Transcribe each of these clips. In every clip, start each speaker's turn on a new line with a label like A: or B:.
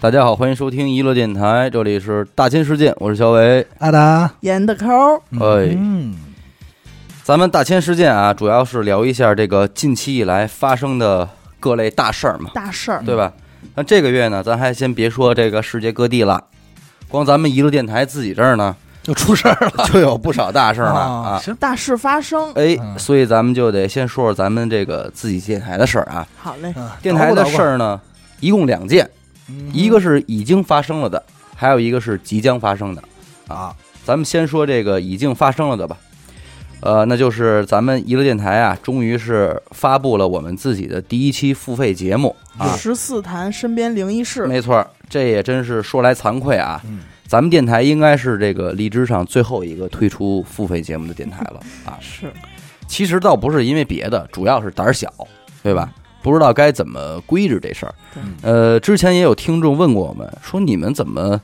A: 大家好，欢迎收听娱乐电台，这里是大千世界，我是小伟。
B: 阿达，
C: 严的抠儿，
A: 哎，
B: 嗯，
A: 咱们大千世界啊，主要是聊一下这个近期以来发生的各类大事儿嘛，
C: 大事儿，
A: 对吧？那这个月呢，咱还先别说这个世界各地了，光咱们娱乐电台自己这儿呢，
B: 就出事儿了，
A: 就有不少大事儿了
B: 哦
A: 啊。
B: 行，
C: 大事发生。
A: 哎，
B: 嗯
A: 所以咱们就得先说说咱们这个自己电台的事儿啊。
C: 嗯好嘞，
B: 啊
A: 电台的事，
B: 捣鼓
A: 儿呢，一共两件，
B: 捣鼓
A: 一个是已经发生了的，还有一个是即将发生的。
B: 啊，
A: 咱们先说这个已经发生了的吧。呃，那就是咱们娱乐电台啊，终于是发布了我们自己的第一期付费节目啊。
C: 十四谈身边灵异事，
A: 没错儿，这也真是说来惭愧啊，
B: 嗯，
A: 咱们电台应该是这个荔枝上最后一个推出付费节目的电台了啊。
C: 是
A: 其实倒不是因为别的，主要是胆儿小，对吧？不知道该怎么规制这事儿
C: 对。
A: 呃，之前也有听众问过我们，说你们怎么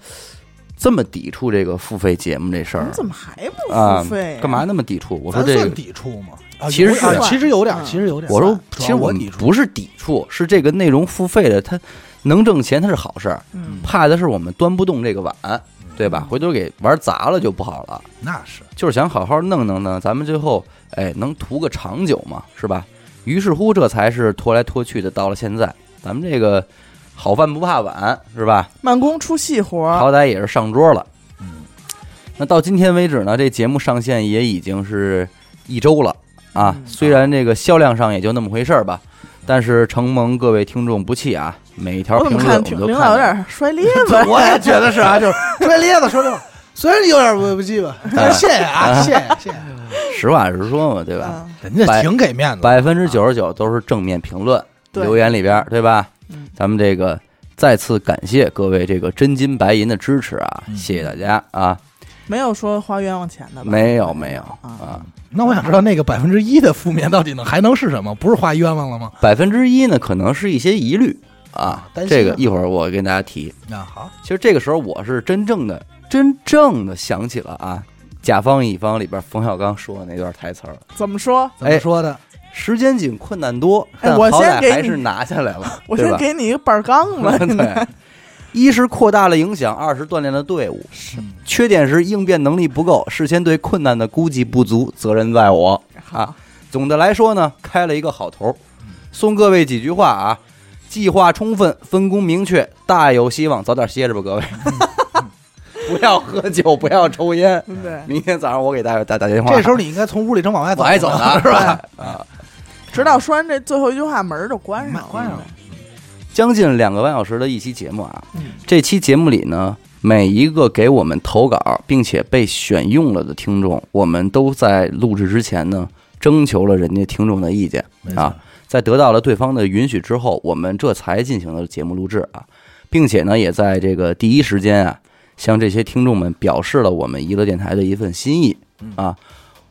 A: 这么抵触这个付费节目这事
C: 你
A: 儿
C: 们？怎么还不
A: 啊
C: 付费呀？
A: 干嘛那么抵触？我说
B: 咱
A: 这
B: 算
A: 个，
B: 抵触吗？啊
A: 其实
B: 有点
C: 是
B: 啊其实有点儿，
C: 嗯
B: 其实有点儿，
A: 我说
B: 主
A: 其
B: 要
A: 实我
B: 我
A: 们
B: 抵触，
A: 不是抵触，是这个内容付费的，它能挣钱，它是好事儿。
C: 嗯？
A: 怕的是我们端不动这个碗，
B: 嗯
A: 对吧？回头给玩砸了就不好了。
B: 那是，
A: 就是想好好弄弄呢，咱们最后哎能图个长久嘛，是吧？于是乎，这才是拖来拖去的，到了现在，咱们这个好饭不怕晚，是吧？
C: 慢工出细活儿，
A: 好歹也是上桌了。
B: 嗯，
A: 那到今天为止呢，这节目上线也已经是一周了啊。
C: 嗯
A: 虽然这个销量上也就那么回事儿吧，但是承蒙各位听众不弃啊，每一条
C: 我怎
A: 评
C: 么
A: 论
C: 看
A: 我
C: 挺
A: 们都
C: 领
A: 看
C: 导有
A: 了
C: 点摔咧巴？
B: 我也觉得是啊，就是摔咧子，说这话，虽然有点儿不不羁吧，
A: 哎
B: 但是谢谢啊，谢谢谢谢，
A: 实话实说嘛，对吧？
C: 嗯
B: 人家
A: 百
B: 挺给面子的，
A: 百分之九十九都是正面评论，
C: 对
A: 留言里边儿，对吧？
C: 嗯
A: 咱们这个再次感谢各位这个真金白银的支持啊，
B: 嗯
A: 谢谢大家啊！
C: 没有说花冤枉钱的吧？
A: 没有没有
C: 啊，
A: 啊，
B: 那我想知道那个百分之一的负面到底能还能是什么？不是画冤枉了吗？
A: 百分之一呢，可能是一些疑虑啊
B: 啊，担心
A: 这个
B: 啊
A: 一会儿我跟大家提。
B: 那好，
A: 其实这个时候我是真正的真正的想起了啊，甲方乙方里边冯小刚说的那段台词儿。
C: 怎么说？
B: 怎么
A: 哎
B: 说的？
A: 时间紧，困难多，
C: 哎
A: 但好
C: 我先
A: 歹
C: 给
A: 还
C: 你
A: 是拿下来了，
C: 我
A: 对
C: 先
A: 吧？。
C: 给你一个板儿杠 吧
A: 对，一是扩大了影响，二是锻炼了队伍，
B: 是
A: 缺点是应变能力不够，事先对困难的估计不足，责任在我啊。总的来说呢，开了一个好头。送各位几句话啊：计划充分，分工明确，大有希望。早点歇着吧，各位， 不要喝酒，不要抽烟。
C: 对对，
A: 明天早上我给大家打打电话。
B: 这时候你应该从屋里正往外走
A: 我
B: 呢，
A: 还走呢，是吧？啊，
C: 直到说完这最后一句话，门儿就关上了。
B: 关上了
A: 将近两个半小时的一期节目啊，
C: 嗯
A: 这期节目里呢，每一个给我们投稿并且被选用了的听众，我们都在录制之前呢，征求了人家听众的意见
B: 没错
A: 啊，在得到了对方的允许之后，我们这才进行了节目录制啊，并且呢，也在这个第一时间啊，向这些听众们表示了我们娱乐电台的一份心意啊。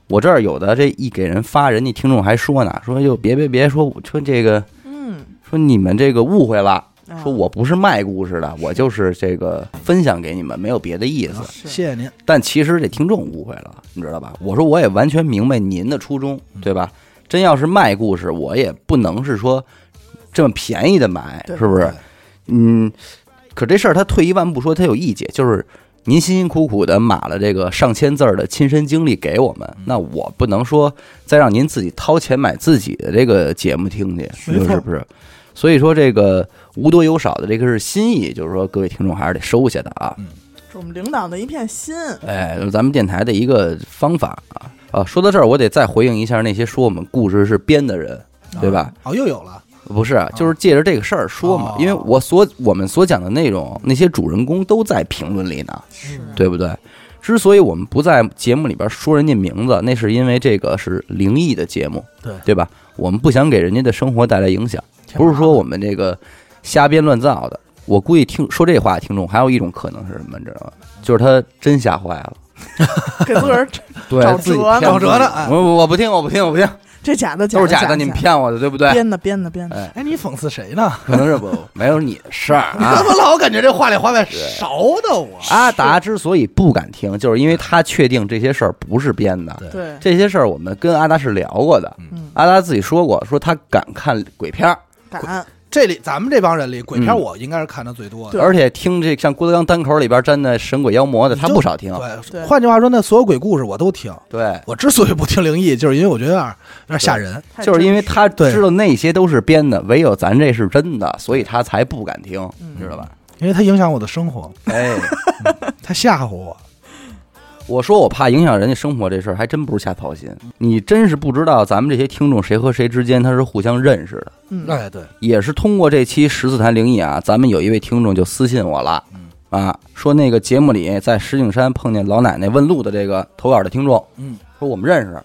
A: 我这儿有的这一给人发，人家听众还说呢，说哟别别别说说这个
C: 嗯，
A: 说你们这个误会了，
C: 啊
A: 说我不是卖故事的，我就是这个分享给你们，没有别的意思。
C: 是
B: 谢谢您，
A: 但其实这听众误会了，你知道吧？我说我也完全明白您的初衷，
C: 嗯
A: 对吧？真要是卖故事，我也不能是说这么便宜的买，
C: 对
A: 是不是
B: 对？
A: 嗯，可这事儿他退一万步说，他有意见，就是您辛辛苦苦的码了这个上千字儿的亲身经历给我
C: 嗯
A: 们，那我不能说再让您自己掏钱买自己的这个节目听去，
C: 没错
A: 是不是？所以说这个无多有少的这个是心意，就是说各位听众还是得收下的啊。
C: 是我们领导的一片心。
A: 哎，咱们电台的一个方法啊。啊，说到这儿，我得再回应一下那些说我们故事是编的人，对吧？
B: 哦，又有了，
A: 不是，啊就是借着这个事儿说嘛
B: 啊哦，
A: 因为我所我们所讲的内容，那些主人公都在评论里呢，
C: 是
B: 嗯
A: 对不对？之所以我们不在节目里边说人家名字，那是因为这个是灵异的节目，
B: 对
A: 对吧？我们不想给人家的生活带来影响，不是说我们这个瞎编乱造的。我估计听说这话，听众还有一种可能是什么，你知道吗？就是他真吓坏了。
C: 给自个儿
A: 对
C: 找
A: 自己
C: 辙呢
A: 骗
B: 找辙
A: 自己
B: 呢哎
A: 我我我不听，我不听，我不听，
C: 这假的，
A: 都是假
C: 的，
A: 的，你们骗我的，对不对？
C: 编的，编的，编的。
A: 哎，
B: 哎，你讽刺谁呢？
A: 可能是不没有你的事儿
B: 你
A: 啊
B: 怎。么老感觉这话里话外勺的我？
A: 阿达之所以不敢听，就是因为他确定这些事儿不是编的。
B: 对
C: 对，
A: 这些事儿我们跟阿达是聊过的，
C: 嗯，
A: 阿达自己说过，说他敢看鬼片儿，
C: 敢
B: 这里咱们这帮人里，鬼片
A: 嗯
B: 我应该是看的最多的。
A: 而且听这像郭德纲单口里边沾的神鬼妖魔的，
B: 你
A: 他
B: 就
A: 不少听。
B: 对，
C: 对
B: 换句话说，那所有鬼故事我都听。
A: 对，
B: 我之所以不听灵异，就是因为我觉得有点有点吓人。
C: 太
A: 就是因为
C: 真实
A: 他
B: 对
A: 知道那些都是编的，唯有咱这是真的，所以他才不敢听，知道吧？
B: 因为它影响我的生活，
A: 哎，
B: 它吓唬我。
A: 我说我怕影响人家生活这事儿，还真不是瞎操心。你真是不知道咱们这些听众谁和谁之间他是互相认识的。
C: 嗯，
B: 哎，对，
A: 也是通过这期十四谈灵异啊，咱们有一位听众就私信我了，啊，说那个节目里在石景山碰见老奶奶问路的这个投稿的听众，
B: 嗯，
A: 说我们认识，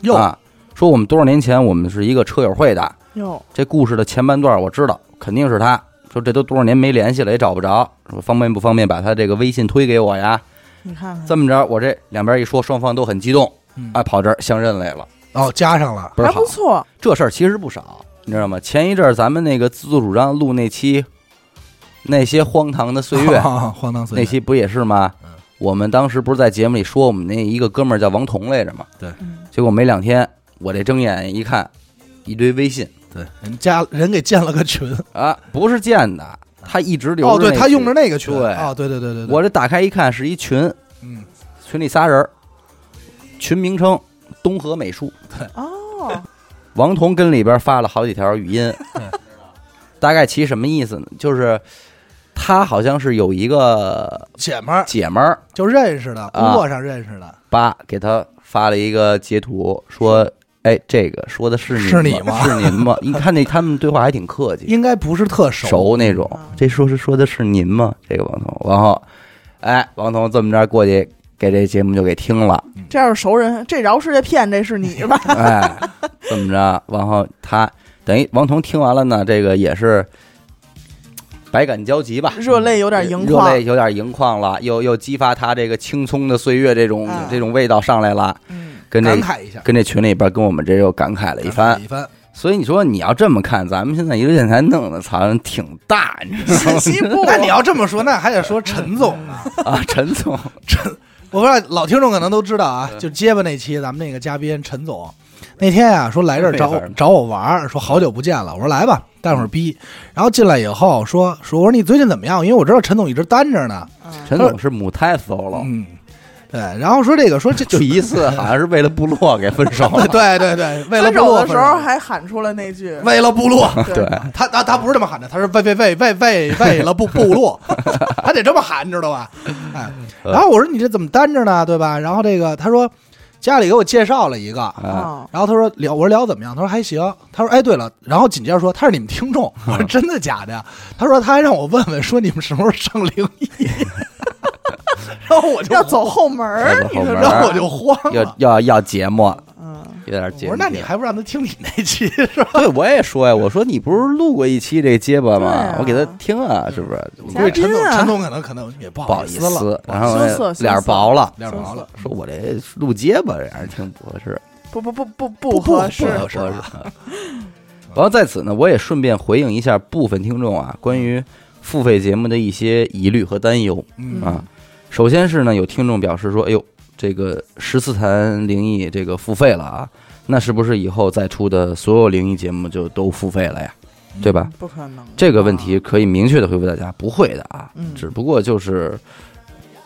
B: 哟，
A: 啊，说我们多少年前我们是一个车友会的，
C: 哟，
A: 这故事的前半段我知道，肯定是他。说这都多少年没联系了，也找不着，说方便不方便把他这个微信推给我呀？
C: 你看看，
A: 这么着，我这两边一说，双方都很激动，
B: 嗯
A: 啊，跑这儿相认来了，
B: 哦，加上了，
A: 不是
C: 还
A: 好
C: 不，错，
A: 这事儿其实不少，你知道吗？前一阵儿咱们那个自作主张录那期那些荒唐的岁月
B: 荒唐岁
A: 那
B: 月，
A: 期不也是吗？
B: 嗯
A: 我们当时不是在节目里说我们那一个哥们儿叫王彤来着吗？
C: 嗯，
A: 结果没两天，我这睁眼一看，一堆微信
B: 对，人家人给建了个群。
A: 啊，不是建的，他一直留着
B: 哦，对
A: 那
B: 他
A: 群
B: 用着那个群。
A: 对
B: 哦，对对对对对，
A: 我这打开一看是一群，
B: 嗯，
A: 群里仨人儿，群名称东河美术，
C: 哦，
A: 王彤跟里边发了好几条语音，大概其什么意思呢？就是他好像是有一个
B: 姐们儿
A: 姐们儿
B: 就认识
A: 啊
B: 的，工作上认识的，
A: 吧，给他发了一个截图，说：“哎，这个说的是
B: 是
A: 您
B: 你
A: 吗？
B: 吗
A: 是您 吗？”你看那他们对话还挺客气，
B: 应该不是特熟。
A: 熟那种
C: 啊。
A: 这说是说的是您吗？这个王彤，然后，哎，王彤这么着过去给这节目就给听了，
C: 这要是熟人，这饶世界骗这是你 吧？
A: 哎，这么着，然后他等于王彤听完了呢，这个也是百感交集吧，
C: 热泪有点盈
A: 热
C: 眶，
A: 泪有点盈眶了，又又激发他这个青葱的岁月这种、
C: 啊
A: 这种味道上来了，
C: 嗯，
A: 跟这
B: 感慨一下，
A: 跟这群里边跟我们这又感慨了一
B: 感
A: 番
B: 慨。一番，
A: 所以你说你要这么看，咱们现在一个电台弄的，操，挺大，你知道
C: 信息 部，
B: 那你要这么说，那还得说陈总
C: 嗯
B: 呢。
A: 吗？啊，陈 总，
B: 我不知道老听众可能都知道啊，就结巴那期咱们那个嘉宾陈总，那天啊说来这儿找
A: 没
B: 我
A: 法儿
B: 找我玩儿，说好久不见了，我说来吧，带会儿逼。然后进来以后说说我说你最近怎么样？因为我知道陈总一直单着呢。
C: 嗯
A: 陈总是母胎 solo，
B: 嗯，对。然后说这个说这
A: 就一次好像是为了部落给分 手了，
B: 对对对，为了
C: 分
B: 部
C: 手
B: 落
C: 的时候还喊出了那句
B: 为了部落，
C: 对
A: 对，
B: 他他他不是这么喊的，他是为为为为为为了部部落， 他得这么喊，你知道吧？哎，
A: 呃
B: 然后我说你这怎么单着呢，对吧？然后这个他说家里给我介绍了一个，
A: 啊，
C: 啊，
B: 然后他说聊，我说聊怎么样？他说还行。他说哎，对了，然后紧接着说他是你们听众，我说
A: 嗯
B: 真的假的呀？他说他还让我问问，说你们什么时候上灵 异？然后我就
C: 要走后门儿，你
A: 要走后门
C: 说
A: 儿
B: 然后我就慌
A: 要
B: 了。
A: 要要节目，
C: 嗯，
A: 有点
B: 我
A: 节目。
B: 说那你还不让他听你那期是吧？
A: 对，我也说呀，我说你不是录过一期这结巴吗？
C: 对啊
A: 我给他听啊，是不是？
B: 我
C: 嘉
B: 估计陈总
C: 宾啊
B: 陈总可能可能也不
A: 不好
B: 好
A: 意
B: 思了，
A: 然后
C: 羞涩羞涩
A: 脸薄了，
B: 脸毛了。
A: 说我这录结巴这样挺不合适。
C: 不不不不
B: 不
C: 不合适，
B: 不
A: 合
B: 合
A: 适
B: 适
A: 啊。 然后在此呢，我也顺便回应一下部分听众啊，关于付费节目的一些疑虑和担忧
B: 嗯
A: 啊。首先是呢，有听众表示说：“哎呦，这个十四谈灵异这个付费了啊，那是不是以后再出的所有灵异节目就都付费了呀？对吧？
C: 不可能，
A: 这个问题可以明确的回复大家，不会的啊，
C: 嗯
A: 只不过就是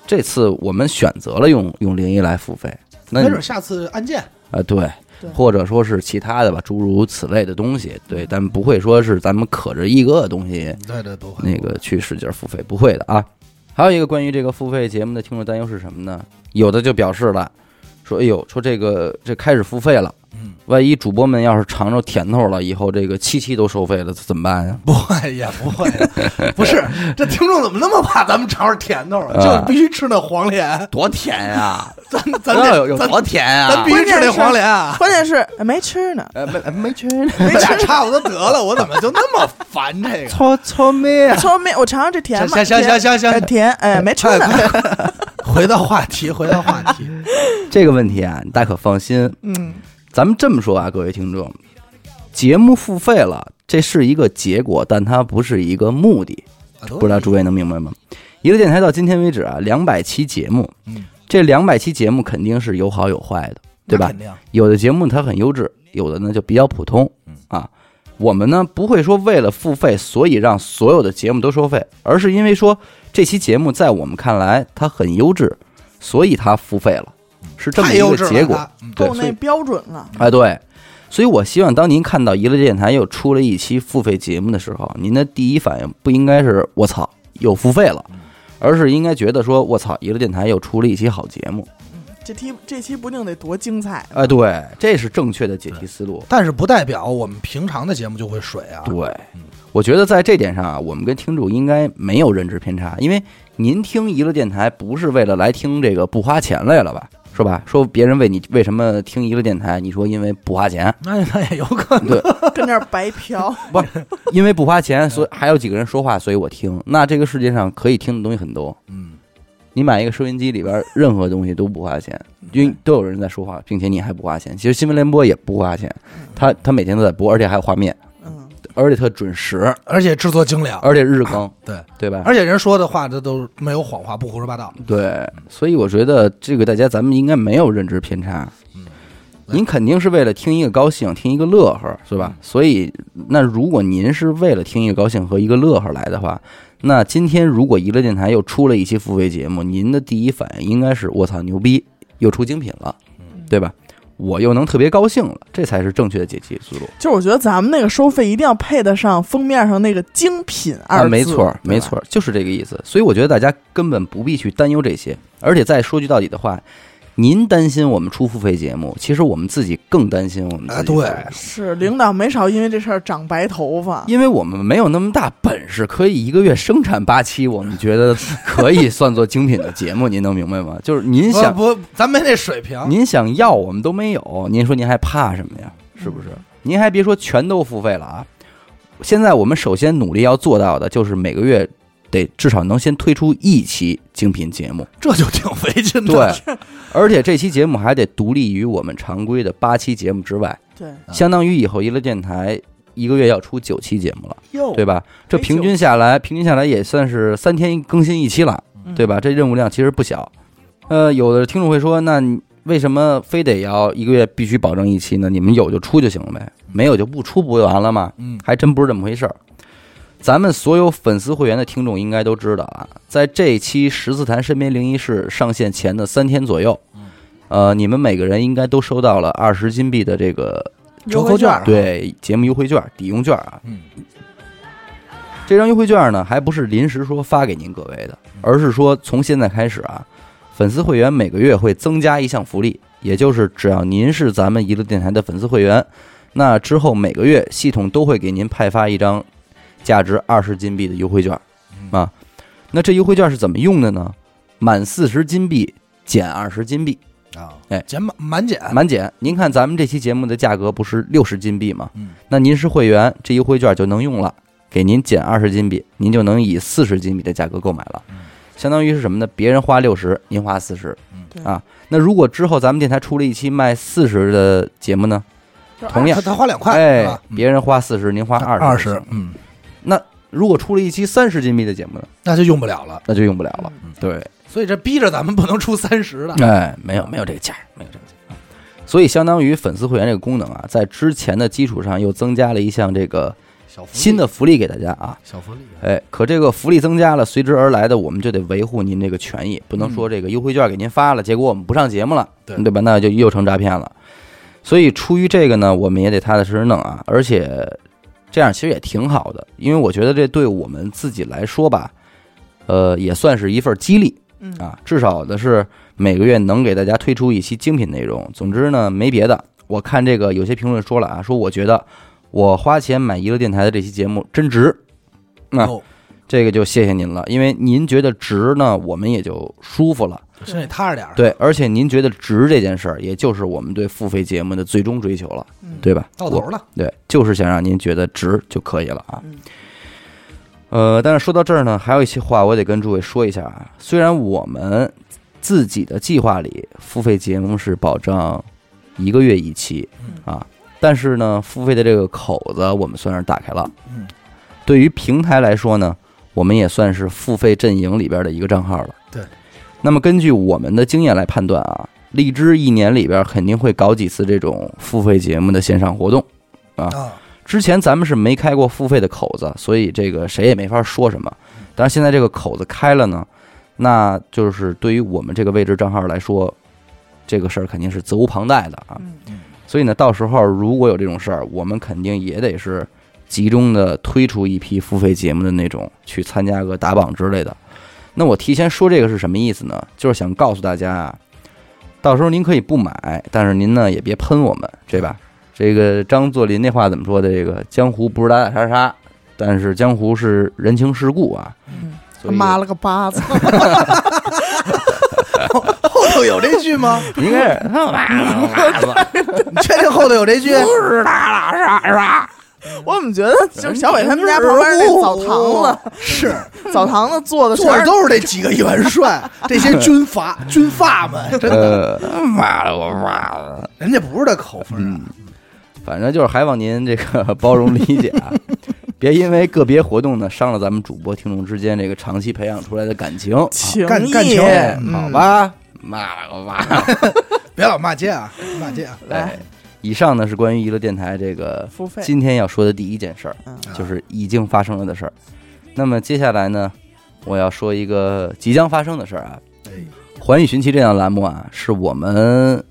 A: 这次我们选择了用用零一来付费，那
B: 没
A: 你
B: 准下次案件
A: 啊对
C: 对，
A: 或者说是其他的吧，诸如此类的东西，对，但不会说是咱们可着一个东西
B: 对对不会
A: 那个去使劲付费，不会的啊。还有一个关于这个付费节目的听众担忧是什么呢？有的就表示了，说哎呦，说这个这开始付费了。
B: 嗯，
A: 万一主播们要是尝着甜头了，以后这个七期都收费了，怎么办呀？
B: 不会也不会，不是这听众怎么那么怕咱们尝着甜头啊？
A: 啊
B: 就是必须吃那黄连，
A: 多甜呀、
B: 咱咱
A: 那有
B: 得
A: 有
B: 咱
A: 多甜
B: 咱
A: 啊
B: 必！须吃那黄连啊！
C: 关键是哎没吃呢，
A: 呃，没没吃，
B: 你俩差不多得了，我怎么就那么烦这个？
A: 搓搓面
C: 说没我尝尝这甜
B: 行
C: 吗？
B: 哎行行行
C: 甜
B: 行
C: 呃
B: 行，
C: 甜，哎，没吃呢，
B: 回到话题，回到话 题。
A: 这个问题啊，你大可放心。
C: 嗯，
A: 咱们这么说啊，各位听众，节目付费了，这是一个结果，但它不是一个目的。
B: 啊
A: 不知道诸位能明白吗？一个电台到今天为止啊，两百期节目，
B: 嗯
A: 这两百期节目肯定是有好有坏的，对吧
B: 那肯？定，
A: 有的节目它很优质，有的呢就比较普通
B: 嗯
A: 啊。我们呢不会说为了付费，所以让所有的节目都收费，而是因为说这期节目在我们看来它很优质，所以它付费了，是这么
B: 嗯太
A: 一
B: 幼
A: 个
B: 稚了
A: 结果
B: 他。嗯
A: 对
C: 够，
A: 所
C: 那
A: 以
C: 标准了。
A: 哎对，所以我希望当您看到娱乐电台又出了一期付费节目的时候，您的第一反应不应该是“我操，又付费了”，而是应该觉得说“我操，娱乐电台又出了一期好节目
C: 这期这期不定得多精彩”。
A: 哎，对，这是正确的解题思路。
B: 但是不代表我们平常的节目就会水啊。
A: 对，我觉得在这点上啊，我们跟听众应该没有认知偏差，因为您听娱乐电台不是为了来听这个不花钱来了吧？是吧？说别人为你为什么听娱乐电台，你说因为不花钱，
B: 那那也有可能。
C: 跟那儿白嫖，
A: 不是因为不花钱，所以还有几个人说话，所以我听。那这个世界上可以听的东西很多，
B: 嗯，
A: 你买一个收音机里边任何东西都不花钱，因为都有人在说话，并且你还不花钱。其实新闻联播也不花钱，他他每天都在播，而且还有画面，
C: 嗯，
A: 而且特准时，
B: 而且制作精良，
A: 而且日更，
B: 对，
A: 对吧？
B: 而且人说的话这都没有谎话，不胡说八道。
A: 嗯对，所以我觉得这个大家咱们应该没有认知偏差。您肯定是为了听一个高兴，听一个乐呵，是吧？所以，那如果您是为了听一个高兴和一个乐呵来的话，那今天如果娱乐电台又出了一期付费节目，您的第一反应应该是“我操，牛逼，又出精品了”，对吧？我又能特别高兴了，这才是正确的解题思路。
C: 就是我觉得咱们那个收费一定要配得上封面上那个“精品”二
A: 啊，
C: 字，
A: 没错
C: 对
A: 儿
C: 吧，
A: 没错，儿，就是这个意思。所以我觉得大家根本不必去担忧这些。而且再说句到底的话，您担心我们出付费节目，其实我们自己更担心我们自己
B: 啊，对
A: 出付费
C: 是领导没少因为这事儿长白头发，
A: 因为我们没有那么大本事，可以一个月生产八期，我们觉得可以算作精品的节目，您能明白吗？就是您想
B: 不不，咱没那水平。
A: 您想要，我们都没有。您说您还怕什么呀？是不是？
C: 嗯
A: 您还别说，全都付费了啊！现在我们首先努力要做到的就是每个月得至少能先推出一期精品节目，
B: 这就挺费劲的。
A: 对，而且这期节目还得独立于我们常规的八期节目之外，
C: 对，
B: 啊
A: 相当于以后娱乐电台一个月要出九期节目了，
C: 又
A: 对吧？这
C: 哎
A: 平
C: 九
A: 均下来，平均下来也算是三天更新一期了。
C: 嗯
A: 对吧？这任务量其实不小。呃，有的听众会说，那你为什么非得要一个月必须保证一期呢？你们有就出就行了呗，没有就不出，不就完了吗？
B: 嗯，
A: 还真不是这么回事儿。咱们所有粉丝会员的听众应该都知道啊，在这期《十字谈身边灵异事》上线前的三天左右，呃，你们每个人应该都收到了二十金币的这个
B: 折扣券儿
A: 对节目优惠券、抵用券啊。
B: 嗯，
A: 这张优惠券呢，还不是临时说发给您各位的，
B: 嗯
A: 而是说从现在开始啊，粉丝会员每个月会增加一项福利，也就是只要您是咱们娱乐电台的粉丝会员，那之后每个月系统都会给您派发一张价值二十金币的优惠券
B: 嗯
A: 啊。那这优惠券是怎么用的呢？满四十金币减二十金币，
B: 啊，
A: 哎
B: 减满满减，
A: 满减。您看咱们这期节目的价格不是六十金币吗？
B: 嗯，
A: 那您是会员，这优惠券就能用了，给您减二十金币，您就能以四十金币的价格购买了
B: 嗯。
A: 相当于是什么呢？别人花六十，您花四十
B: 嗯
C: 对。
A: 啊，那如果之后咱们电台出了一期卖四十的节目呢？
C: 就是
A: 同样
B: 他他花两块，是
A: 哎
B: 吧，嗯
A: 别人花四十，您花二十。
B: 二十，嗯，
A: 如果出了一期三十金币的节目呢？
B: 那就用不了了。
A: 那就用不了了。
B: 嗯
A: 对，
B: 所以这逼着咱们不能出三十 的。
A: 哎，没有没有这个价儿，没有这个价儿。所以，相当于粉丝会员这个功能啊，在之前的基础上又增加了一项这个
B: 小福利
A: 新的福利给大家啊。
B: 小福利啊，
A: 哎，可这个福利增加了，随之而来的我们就得维护您这个权益，不能
B: 嗯
A: 说这个优惠券给您发了，结果我们不上节目了，
B: 对
A: 吧？那就又成诈骗了。所以出于这个呢，我们也得踏踏实实弄啊，而且这样其实也挺好的，因为我觉得这对我们自己来说吧，呃，也算是一份激励。
C: 嗯
A: 啊，至少的是每个月能给大家推出一期精品内容。总之呢，没别的。我看这个有些评论说了啊，说我觉得我花钱买娱乐电台的这期节目真值，那
B: 哦
A: 这个就谢谢您了，因为您觉得值呢，我们也就舒服了。
B: 身体踏实点儿。
A: 对，而且您觉得值这件事儿，也就是我们对付费节目的最终追求了，
C: 嗯
A: 对吧？
B: 到头了，
A: 对，就是想让您觉得值就可以了啊。
C: 嗯
A: 呃，但是说到这儿呢，还有一些话我得跟诸位说一下啊。虽然我们自己的计划里付费节目是保障一个月一期
B: 嗯
A: 啊，但是呢，付费的这个口子我们算是打开了。
B: 嗯，
A: 对于平台来说呢，我们也算是付费阵营里边的一个账号了。
B: 对。
A: 那么根据我们的经验来判断啊，荔枝一年里边肯定会搞几次这种付费节目的线上活动。
B: 啊，
A: 之前咱们是没开过付费的口子，所以这个谁也没法说什么。但是现在这个口子开了呢，那就是对于我们这个位置账号来说，这个事儿肯定是责无旁贷的啊。
C: 嗯
A: 所以呢，到时候如果有这种事儿，我们肯定也得是集中的推出一批付费节目的那种，去参加个打榜之类的。那我提前说这个是什么意思呢？就是想告诉大家啊，到时候您可以不买，但是您呢也别喷我们，对吧？这个张作霖那话怎么说的？这个江湖不是打打杀杀，但是江湖是人情世故啊。
C: 嗯，
A: 所以
C: 妈了个巴 子，
A: 啊
B: 后头有这句吗？
A: 应该是他妈
B: 你确定后头有这句？
C: 是他
A: 啊
C: 啦啥啥。我怎么觉得就是小伟他们家旁边那澡 堂
A: 啊
B: 是
A: 嗯
C: 子，澡堂子做的
B: 坐
C: 全
B: 着
C: 是
B: 都是这几个元 帅，这些军阀军阀们，真的，
A: 嗯呃，妈了我妈了。
B: 人家不是这口风啊。
A: 嗯反正就是还望您这个包容理解啊，别因为个别活动呢伤了咱们主播听众之间这个长期培养出来的感情，
C: 情
B: 干干
C: 谊
B: 球
A: 哎
B: 嗯
A: 好吧？骂了个骂，
B: 别老骂街啊，骂街啊！
C: 来
A: 哎。以上呢是关于娱乐电台这个
C: 付费，
A: 今天要说的第一件事儿
C: 嗯，
A: 就是已经发生了的事儿。那么接下来呢，我要说一个即将发生的事儿啊，
B: 哎
A: 《环宇寻奇》这档栏目啊，是我们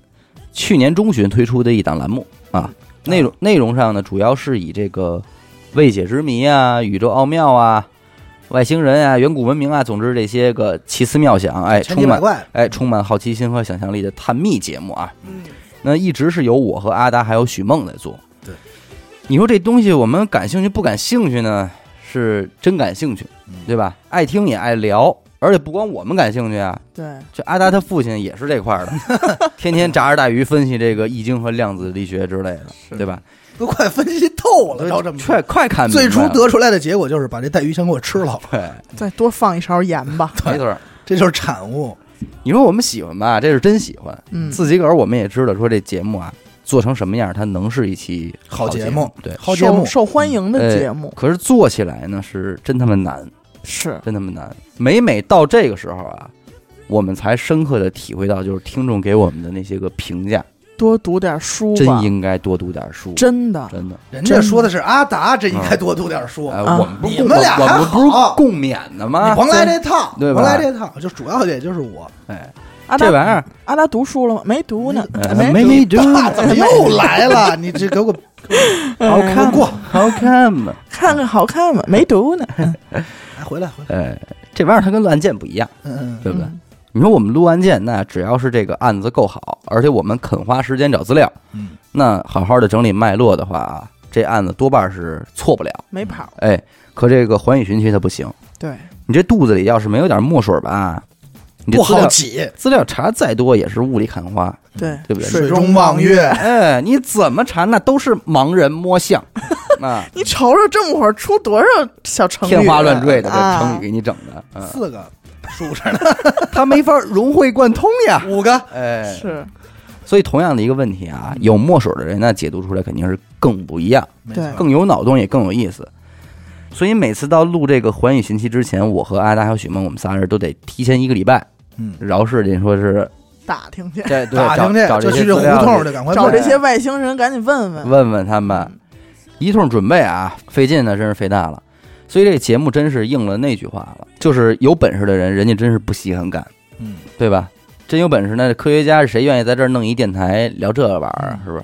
A: 去年中旬推出的一档栏目啊。
B: 嗯
A: 内容内容上呢，主要是以这个未解之谜啊、宇宙奥妙啊、外星人啊、远古文明啊，总之这些个奇思妙想，哎，
B: 千
A: 充
B: 奇百
A: 满
B: 怪，
A: 哎充满好奇心和想象力的探秘节目啊。
C: 嗯
A: 那一直是由我和阿达还有许梦在做。
B: 对，
A: 你说这东西我们感兴趣不感兴趣呢？是真感兴趣
B: 嗯，
A: 对吧？爱听也爱聊，而且不光我们感兴趣啊，
C: 对，
A: 这阿达他父亲也是这块儿的， 天天炸着大鱼分析这个易经和量子力学之类的，对吧？
B: 都快分析透了，要这么
A: 快
B: 说。
A: 快看啊明白
B: 最
A: 了，
B: 初得出来的结果就是把这带鱼先给我吃了，
A: 对，
C: 再多放一勺盐 吧。
A: 没错儿。
B: 这就是产物。
A: 你说我们喜欢吧，这是真喜欢。
C: 嗯，
A: 自己个儿我们也知道，说这节目啊做成什么样，它能是一期
B: 好
A: 节哎
B: 节目，
A: 对。
B: 好节
C: 受
B: 目，
C: 受欢迎的节目
A: 呃可是做起来呢，是真他妈难，
C: 是
A: 真他妈难。每每到这个时候啊，我们才深刻的体会到，就是听众给我们的那些个评价，
C: 多读点书
A: 真
C: 吧，
A: 应该多读点书，
C: 真的
A: 真的。
B: 人家说的是阿达，这应该多读点书。
A: 哎，
B: 你
C: 啊
A: 我们不是
B: 你们俩
A: 我我们不是
B: 还好
A: 共勉的吗？
B: 甭来这套，
A: 啊对
B: 甭
A: 吧
B: 来这套，就主要也就是我。
A: 哎，
C: 阿达
A: 这玩意 儿
C: 阿达读书了吗？没读呢，
A: 哎
C: 没
A: 没读，
B: 爸怎么又来了？你这给我
A: 好
C: 哎
A: 看
B: 过
A: 吗？好看吗？
C: 看看好 看吗？没读呢，
B: 来回来回来，
A: 哎，这玩意儿它跟乱箭不一样，
B: 嗯
A: 对不对？
C: 嗯
A: 你说我们录案件，那只要是这个案子够好，而且我们肯花时间找资料，
B: 嗯，
A: 那好好的整理脉络的话啊，这案子多半是错不了。
C: 没跑。
A: 哎，可这个环宇寻奇它不行，
C: 对，
A: 你这肚子里要是没有点墨水吧，你这
B: 不
A: 资
B: 好
A: 料
B: 挤，
A: 资料查再多也是雾里看花，
C: 对，
A: 对不对？
B: 水中望月，
A: 哎，你怎么查那都是盲人摸象， 啊，
C: 你瞅瞅这么会儿出多少小成语啊，
A: 天花乱坠的这
C: 啊
A: 成语给你整的，嗯，
B: 四个数着呢，
A: 他没法融会贯通呀。
B: 五个
A: 哎，
C: 是
A: 所以同样的一个问题啊，有墨水的人那解读出来肯定是更不一样，
B: 没
C: 对
B: 错
A: 更有脑洞，也更有意思。所以每次到录这个《环宇寻奇》之前，我和阿达还有许梦，我们仨人都得提前一个礼拜
B: 嗯，
A: 饶是你说是
C: 打听去，
A: 在 对
B: 打
A: 找
B: 听去，
A: 找这
B: 就
A: 些
B: 去这嗯
A: 资料
B: 胡同就赶快
C: 找
B: 问
C: 这些外星人，赶紧问问。
A: 问问他们，一通准备啊，费劲呢，真是费大了。所以这节目真是应了那句话了，就是有本事的人，人家真是不稀罕干，
B: 嗯，
A: 对吧？真有本事呢，科学家谁愿意在这儿弄一电台聊这玩意
B: 嗯
A: 儿，是不是？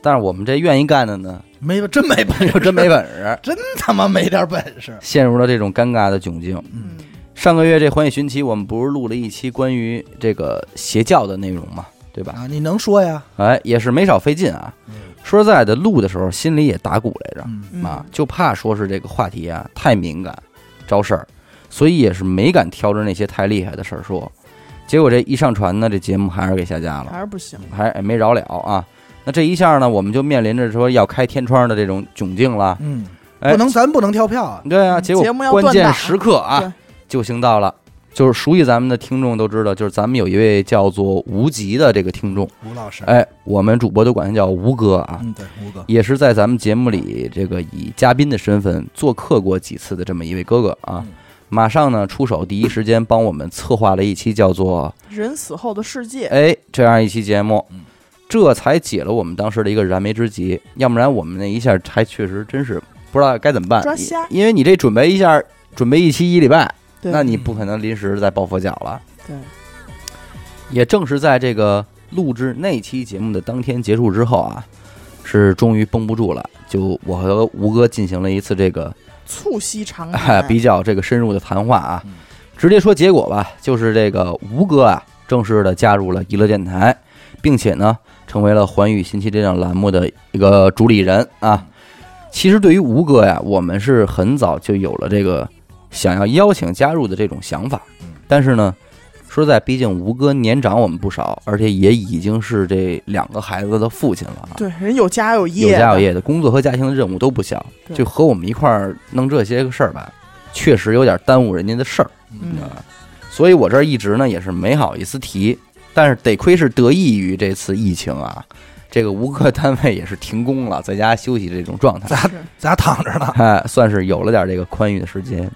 A: 但是我们这愿意干的呢，
B: 没真没本事，
A: 就 真没本事，
B: 真他妈没点本事，
A: 陷入了这种尴尬的窘境。
C: 嗯，
A: 上个月这《环宇寻奇》，我们不是录了一期关于这个邪教的内容嘛，对吧？
B: 啊，你能说呀？
A: 哎，也是没少费劲啊。说实在的，录的时候心里也打鼓来着，
B: 嗯，
C: 嗯
A: 啊，就怕说是这个话题啊太敏感，招事儿，所以也是没敢挑着那些太厉害的事儿说。结果这一上传呢，这节目还是给下架了，
C: 嗯还是不行。
A: 还哎没饶了啊。那这一下呢，我们就面临着说要开天窗的这种窘境了。
B: 嗯，
A: 哎
B: 不能，咱不能跳票啊，
A: 对啊，
C: 嗯
A: 结果
C: 节目要
A: 关
C: 断
A: 键
C: 档
A: 时刻
C: 对
A: 啊，救星到了。就是熟悉咱们的听众都知道，就是咱们有一位叫做吴极的这个听众，
B: 吴老师，
A: 哎，我们主播都管他叫吴哥啊。
B: 嗯，对，吴哥，
A: 也是在咱们节目里这个以嘉宾的身份做客过几次的这么一位哥哥啊
B: 嗯，
A: 马上呢出手，第一时间帮我们策划了一期叫做
C: 人死后的
A: “
C: 世界，
A: 哎哎”这样一期节目
B: 嗯。
A: 这才解了我们当时的一个燃眉之急。要不然我们那一下还确实真是不知道该怎么办
C: 抓瞎，
A: 因因为你这准备一下，准备一期一礼拜，
C: 对
A: 那你不可能临时再抱佛脚了。
C: 对，
A: 也正是在这个录制那期节目的当天结束之后啊，是终于绷不住了，就我和吴哥进行了一次这个
C: 促膝 长
A: 哎，
C: 谈，
A: 比较这个深入的谈话啊
B: 嗯。
A: 直接说结果吧，就是这个吴哥啊，正式的加入了娱乐电台，并且呢，成为了《环宇新奇》这档栏目的一个主理人啊。其实对于吴哥呀，我们是很早就有了这个想要邀请加入的这种想法
B: 嗯，
A: 但是呢，说实在，毕竟吴哥年长我们不少，而且也已经是这两个孩子的父亲了啊。
C: 对，人有家有业，
A: 有家有，业的工作和家庭的任务都不小，
C: 对
A: 就和我们一块儿弄这些个事儿吧，确实有点耽误人家的事儿，
C: 嗯，
A: 所以我这儿一直呢也是没好意思提，但是得亏是得益于这次疫情啊，这个无课 单位也是停工了，在家休息这种状态，
B: 咱
C: 是
B: 咱躺着呢，
A: 哎，算是有了点这个宽裕的时间。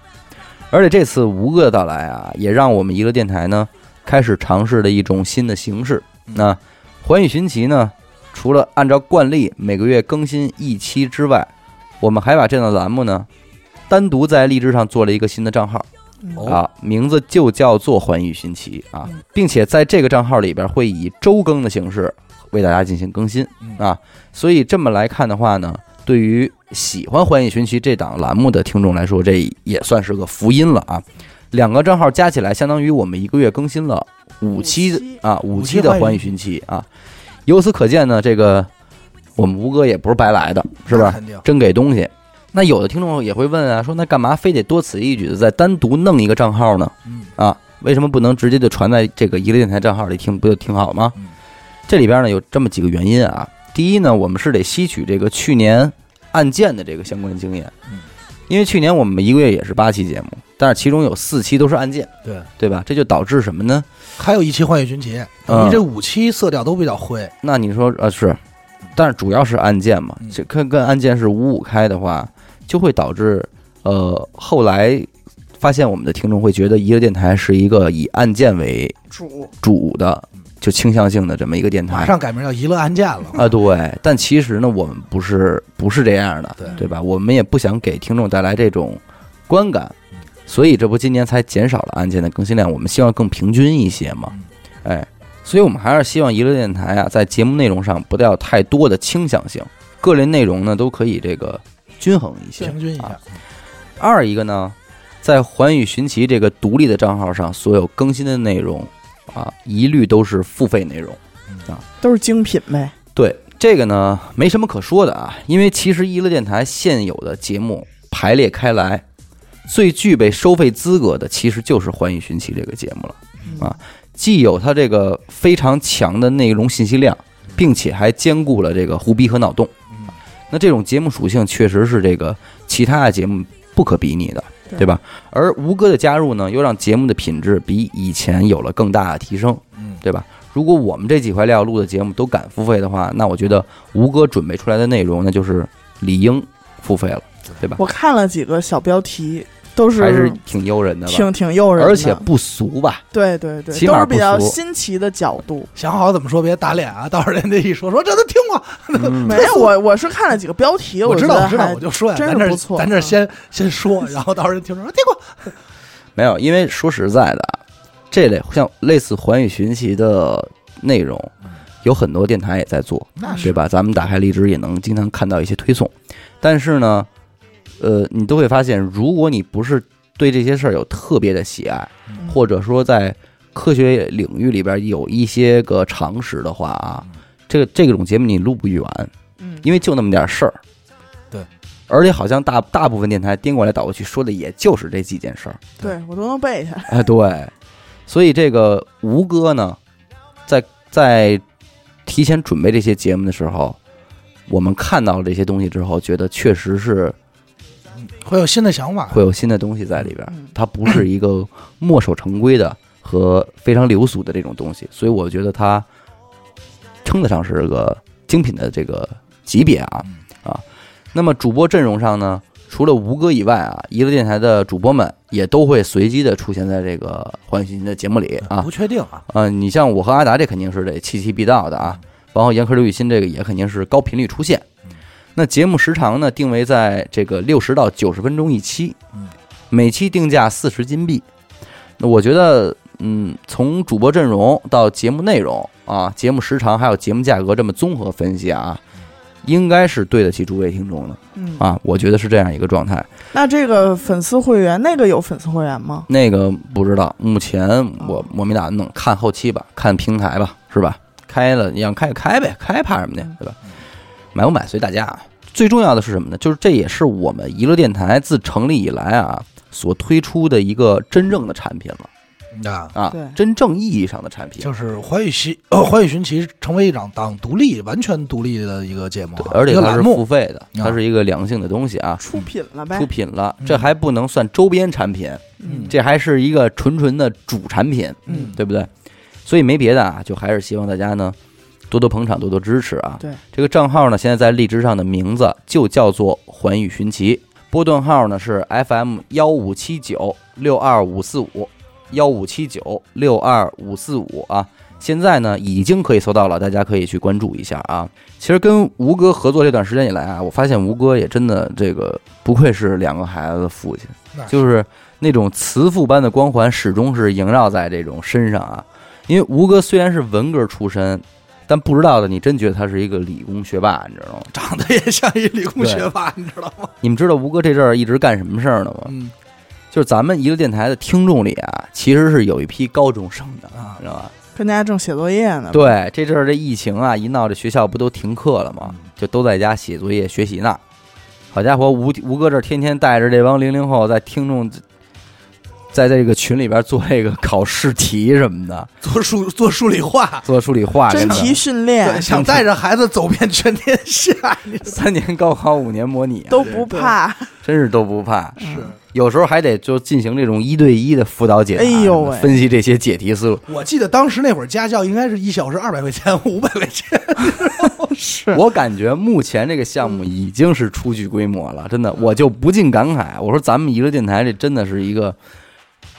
A: 而且这次吴哥的到来啊，也让我们娱乐电台呢开始尝试了一种新的形式。那环宇寻奇呢，除了按照惯例每个月更新一期之外，我们还把这档栏目呢单独在荔枝上做了一个新的账号
C: 嗯
B: 哦
A: 啊，名字就叫做环宇寻奇啊
C: 嗯，
A: 并且在这个账号里边会以周更的形式为大家进行更新。
B: 嗯
A: 啊所以这么来看的话呢，对于喜欢《环宇寻奇》这档栏目的听众来说，这也算是个福音了啊！两个账号加起来，相当于我们一个月更新了五期
C: 五期
A: 啊，五期
B: 五期
A: 的
B: 环
A: 《
B: 宇
A: 环宇寻奇》啊。由此可见呢，这个我们吴哥也不是白来的，是
B: 那
A: 吧？
B: 肯定，
A: 真给东西。那有的听众也会问啊，说那干嘛非得多此一举的再单独弄一个账号呢？
B: 嗯
A: 啊，为什么不能直接就传在这个一个电台账号里听，不就挺好吗
B: 嗯？
A: 这里边呢有这么几个原因啊。第一呢，我们是得吸取这个去年案件的这个相关经验
B: 嗯，
A: 因为去年我们一个月也是八期节目，但是其中有四期都是案件，
B: 对，
A: 对吧？这就导致什么呢？
B: 还有一期《幻乐寻奇》，
A: 嗯
B: 因为这五期色调都比较灰，
A: 那你说呃是，但是主要是案件嘛
B: 嗯，
A: 这跟跟案件是五五开的话，就会导致呃后来发现我们的听众会觉得一个电台是一个以案件为
C: 主
A: 主的，就倾向性的这么一个电
B: 马
A: 台。
B: 上改名叫《娱乐案件》了。
A: 啊，对，但其实呢，我们不是不是这样的，
B: 对
A: 对吧？我们也不想给听众带来这种观感，
B: 嗯
A: 所以这不今年才减少了案件的更新量，我们希望更平均一些嘛
B: 嗯，
A: 哎，所以我们还是希望娱乐电台啊，在节目内容上不要有太多的倾向性，各类内容呢都可以这个均衡一些
B: 平。均一下
A: 啊，二一个呢，在环宇寻奇这个独立的账号上，所有更新的内容啊，一律都是付费内容。
C: 都是精品呗，
A: 对这个呢，没什么可说的啊，因为其实娱乐电台现有的节目排列开来，最具备收费资格的其实就是《环宇寻奇》这个节目了
C: 嗯
A: 啊，既有它这个非常强的内容信息量，并且还兼顾了这个胡逼和脑洞。那这种节目属性确实是这个其他的节目不可比拟的，
C: 对
A: 对吧？而吴哥的加入呢，又让节目的品质比以前有了更大的提升。
B: 嗯，
A: 对吧？如果我们这几块料录的节目都敢付费的话，那我觉得吴哥准备出来的内容那就是理应付费了，对吧？
C: 我看了几个小标题，都
A: 还是挺诱人的吧，
C: 挺挺诱人的，
A: 而且不俗 吧？
C: 对对对，
A: 起
C: 都
A: 码
C: 是
A: 不
C: 比较
A: 俗
C: 新奇的角度。
B: 想好怎么说，别打脸啊！到时候人家一说说这都听过，
A: 嗯
C: 没有，我我是看了几个标题，
B: 我
C: 觉
B: 知道，我
C: 得
B: 知道，
C: 还
B: 我就说呀，
C: 真是
B: 咱这儿
C: 不错嗯
B: 咱这儿先先说，然后到时候人听说说听过，
A: 没有，因为说实在的啊，这类像类似环宇寻奇的内容，有很多电台也在做，
B: 那
C: 嗯
A: 对吧？咱们打开荔枝也能经常看到一些推送，但是呢，呃，你都会发现，如果你不是对这些事儿有特别的喜爱，
C: 嗯
A: 或者说在科学领域里边有一些个常识的话啊，这个这种节目你录不远，
C: 嗯
A: 因为就那么点事儿。
B: 对，
A: 而且好像大大部分电台颠过来倒过去说的也就是这几件事儿。
C: 对我都能背下来。
A: 哎，对，所以这个吴哥呢，在在提前准备这些节目的时候，我们看到了这些东西之后，觉得确实是
B: 会有新的想法。
A: 会有新的东西在里边儿
C: 嗯，
A: 它不是一个墨守成规的和非常流俗的这种东西，所以我觉得它称得上是个精品的这个级别啊
B: 嗯
A: 啊。那么主播阵容上呢，除了吴哥以外啊，娱乐电台的主播们也都会随机的出现在这个环宇新的节目里啊
B: 不确定啊，
A: 呃，你像我和阿达这肯定是得期期必到的啊，然后严苛刘雨欣这个也肯定是高频率出现。那节目时长呢，定为在这个六十到九十分钟一期
B: 嗯，
A: 每期定价四十金币。那我觉得，嗯，从主播阵容到节目内容啊，节目时长还有节目价格这么综合分析啊，应该是对得起诸位听众的
C: 嗯，
A: 啊，我觉得是这样一个状态。
C: 那这个粉丝会员，那个有粉丝会员吗？
A: 那个不知道，目前
B: 哦
A: 我我没打算弄，看后期吧，看平台吧，是吧？开了，你想开就开呗，开怕什么的，对吧？
B: 嗯
A: 买不买随大家啊。最重要的是什么呢？就是这也是我们娱乐电台自成立以来啊所推出的一个真正的产品了
B: 啊，
A: 啊
C: 对，
A: 真正意义上的产品。
B: 就是环宇寻呃环宇寻奇成为一档档独立、完全独立的一个节目啊
A: 对，，而
B: 一
A: 且
B: 个
A: 它
B: 栏
A: 是
B: 目
A: 付费的，它
B: 啊
A: 是一个良性的东西啊，
C: 出品了呗
A: 出，品了，
B: 嗯
A: 这还不能算周边产品，
C: 嗯
A: 这还是一个纯纯的主产品。
C: 嗯
A: 对不对？所以没别的啊，就还是希望大家呢多多捧场，多多支持啊。
C: 对，
A: 这个账号呢，现在在荔枝上的名字就叫做“环宇寻奇”，波段号呢是 FM 幺五七九六二五四五幺五七九六二五四五啊。现在呢，已经可以搜到了，大家可以去关注一下啊。其实跟吴哥合作这段时间以来啊，我发现吴哥也真的这个不愧是两个孩子的父亲
B: 那，是
A: 就是那种慈父般的光环始终是萦绕在这种身上啊。因为吴哥虽然是文科出身，但不知道的你真觉得他是一个理工学霸，你知道吗？
B: 长得也像一理工学霸，你知道吗？
A: 你们知道吴哥这阵儿一直干什么事儿呢吗？
B: 嗯
A: 就是咱们一个电台的听众里啊，其实是有一批高中生的，
B: 啊
A: 你知道吧？
C: 跟大家正写作业呢。，
A: 对，这阵儿这疫情啊，一闹这学校不都停课了
B: 啊
A: 吗？就都在家写作业、学习呢。好家伙，吴吴哥这天天带着这帮零零后在听众，在这个群里边做这个考试题什么的，
B: 做数做数理化，
A: 做数理化什
C: 真
A: 么
C: 题
A: 的。
C: 训练
B: 对，想带着孩子走遍全天下，你
A: 三年高考，五年模拟啊，
C: 都不怕，
A: 真是都不怕。
B: 是。
A: 有时候还得就进行这种一对一的辅导解答，
C: 哎呦喂
A: 分析这些解题思路。
B: 我记得当时那会儿家教应该是一小时二百块钱， 五百块钱。
C: 是
A: 我感觉目前这个项目已经是初具规模
C: 嗯
A: 了，真的，我就不禁感慨，我说咱们娱乐电台这真的是一个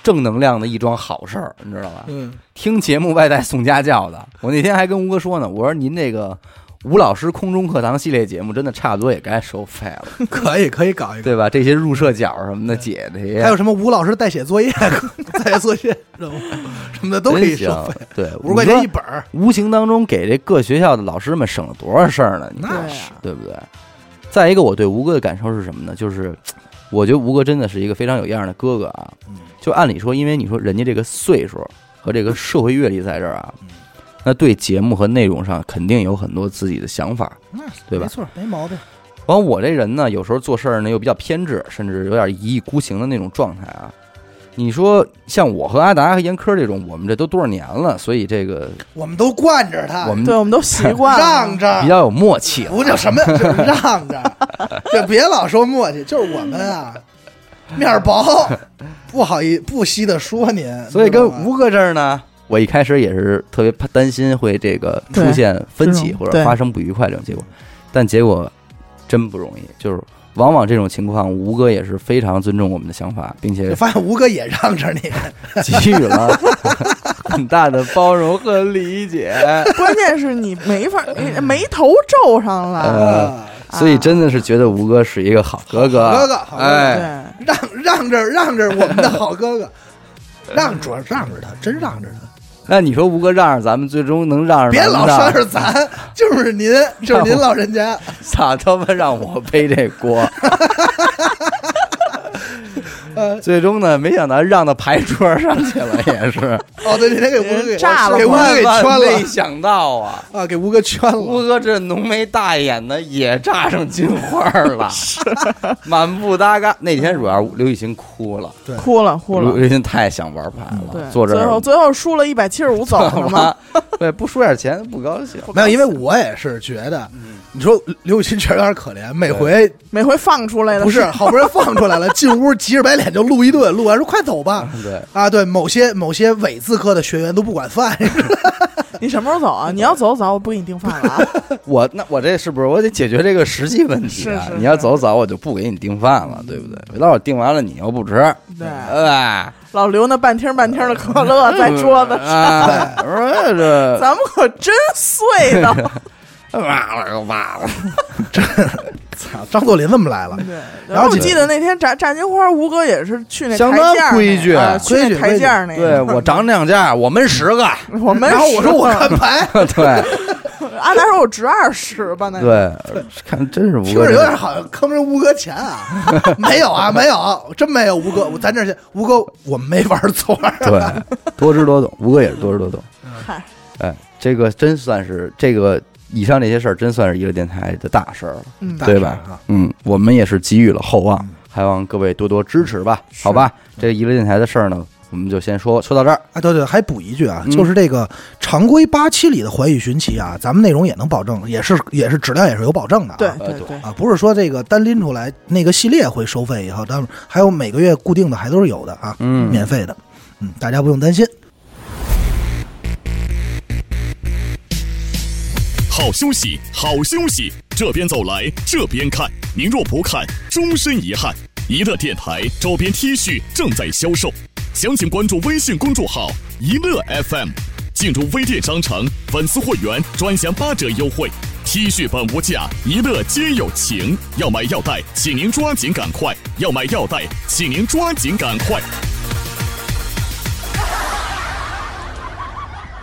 A: 正能量的一桩好事儿，你知道吧？
B: 嗯，
A: 听节目外带送家教的，我那天还跟吴哥说呢，我说您这个吴老师空中课堂系列节目真的差不多也该收费了，
B: 可以可以搞一个。
A: 对吧？这些入社角什么
C: 嗯
A: 的解这些
B: 还有什么吴老师代写作业、 代写作业任务什么的都可以收费，
A: 费，对，
B: 五十块钱
A: 你
B: 一
A: 说
B: 本儿。
A: 无形当中给这各学校的老师们省了多少事儿呢？你说
C: 那
A: 是
C: 是
A: 对不对？再一个，我对吴哥的感受是什么呢？就是我觉得吴哥真的是一个非常有样儿的哥哥啊。
B: 嗯
A: 就按理说，因为你说人家这个岁数和这个社会阅历在这儿啊
B: 嗯，
A: 那对节目和内容上肯定有很多自己的想法。
B: 那
A: 对吧
B: 没错，没毛病。
A: 完，我这人呢，有时候做事儿呢又比较偏执，甚至有点一意孤行的那种状态啊。你说像我和阿达和严科这种，我们这都多少年了，所以这个
B: 我们都惯着他，
A: 我们
C: 对，我们都习惯
B: 让
C: 了。
A: 比
B: 着，
A: 较有默契啊了。
B: 不叫什么，就是让 着，就别老说磨叽，就是我们啊，面儿薄，不好意不惜的说您，
A: 所以跟
B: 知道吗
A: 吴哥这儿呢，我一开始也是特别怕担心会这个出现分歧
C: 对
A: 或者发生不愉快这种结果，但结果真不容易。就是往往这种情况，吴哥也是非常尊重我们的想法，并且
B: 就发现吴哥也让着你，
A: 给予 了很大的包容和理解。
C: 关键是你没法，你眉头皱上
B: 啊
C: 了。
A: 呃，所以真的是觉得吴哥是一个好哥哥，
B: 好哥哥好哥哥
A: 哎，
C: 对，
B: 让让着让着我们的好 哥哥，让主要让着他，真让着他，
A: 那你说吴哥让着咱们，最终能让着
B: 别
A: 咱们
B: 老
A: 让
B: 说是咱，就是您，就是您老人家，
A: 咋他妈让我背这锅？呃最终呢，没想到让到牌桌上去了，也 是
B: 哦，对，那天给吴哥给
C: 炸了
B: 给吴哥给圈
A: 万万没
B: 了
A: 想到啊，
B: 啊，给吴哥圈
A: 吴
B: 了，
A: 哥这浓眉大眼的也炸上金花 了，满不搭嘎。那天主要刘雨欣哭了，
C: 哭了哭
A: 刘
C: 了。
A: 雨欣太想玩牌
C: 对，
A: 了，坐这
C: 最后
A: 儿
C: 最后输了一百七十五，走了吗？
A: 吧， 对，不输点钱不高兴。
B: 没有，因为我也是觉得，
A: 嗯
B: 你说刘雨欣确实有点可怜，每回
C: 每回放出来 的
B: 不是，好不容易放出来了，进屋急着白脸就录一顿，录完说快走吧。
A: 对，
B: 啊，对，某些某些伪自科的学员都不管 饭，
C: 你什么时候走啊？你要走早，我不给你订饭了啊！
A: 我那我这是不是我得解决这个实际问题啊？
C: 是是是
A: 你要走早，我就不给你订饭了，对不对？老我订完了，你又不吃，
C: 对，
A: 哎，
C: 老刘那半听半听的可乐在
A: 嗯
C: 桌子上，
A: 哎我说这
C: 咱们可真碎的。
A: 哇了又哇了，
B: 操张作霖怎么来了？
C: 对，
B: 然后
C: 我
B: 紧
C: 记得那天炸炸金花，吴哥也是去那
A: 相
C: 台
A: 当
C: 阶儿那
A: 规矩
C: 啊去
B: 规矩
C: 那台阶儿那个。
A: 对我涨两价，我们十个，
C: 我们
B: 然后我说我看
C: 看，
B: 牌，
A: 对
C: 阿达说我值二十吧，那
A: 对，啊 看真是不
B: 听着有点好像坑人吴哥钱 啊？没有啊，没有，真没有吴哥，我咱这儿去吴哥，我没玩错儿，啊
A: 对，多知多懂，吴哥也是多知多懂。
C: 嗨，
A: 哎，这个真算是这个以上这些事儿，真算是娱乐电台的大事儿嗯了，
C: 嗯，
A: 对
B: 大事儿
A: 吧
B: 啊？
A: 嗯，我们也是给予了厚望，还望各位多多支持吧，好吧？这娱乐电台的事儿呢，我们就先说说到这儿。
B: 啊，对对，还补一句啊，
A: 嗯
B: 就是这个常规八期里的怀玉寻奇啊，咱们内容也能保证，也是也是质量也是有保证的、啊。
C: 对
A: 呃
C: 对
A: 对
C: 对，
B: 啊，不是说这个单拎出来那个系列会收费以后，但是还有每个月固定的还都是有的啊，
A: 嗯
B: 免费的，嗯，大家不用担心。
D: 好休息，好休息，这边走来，这边看，您若不看，终身遗憾。一乐电台周边 T 恤正在销售，详情关注微信公众号“一乐 FM”，进入微店商城粉丝会员专享八折优惠。T 恤本无价，一乐皆有情。要买要带，请您抓紧赶快；要买要带，请您抓紧赶快。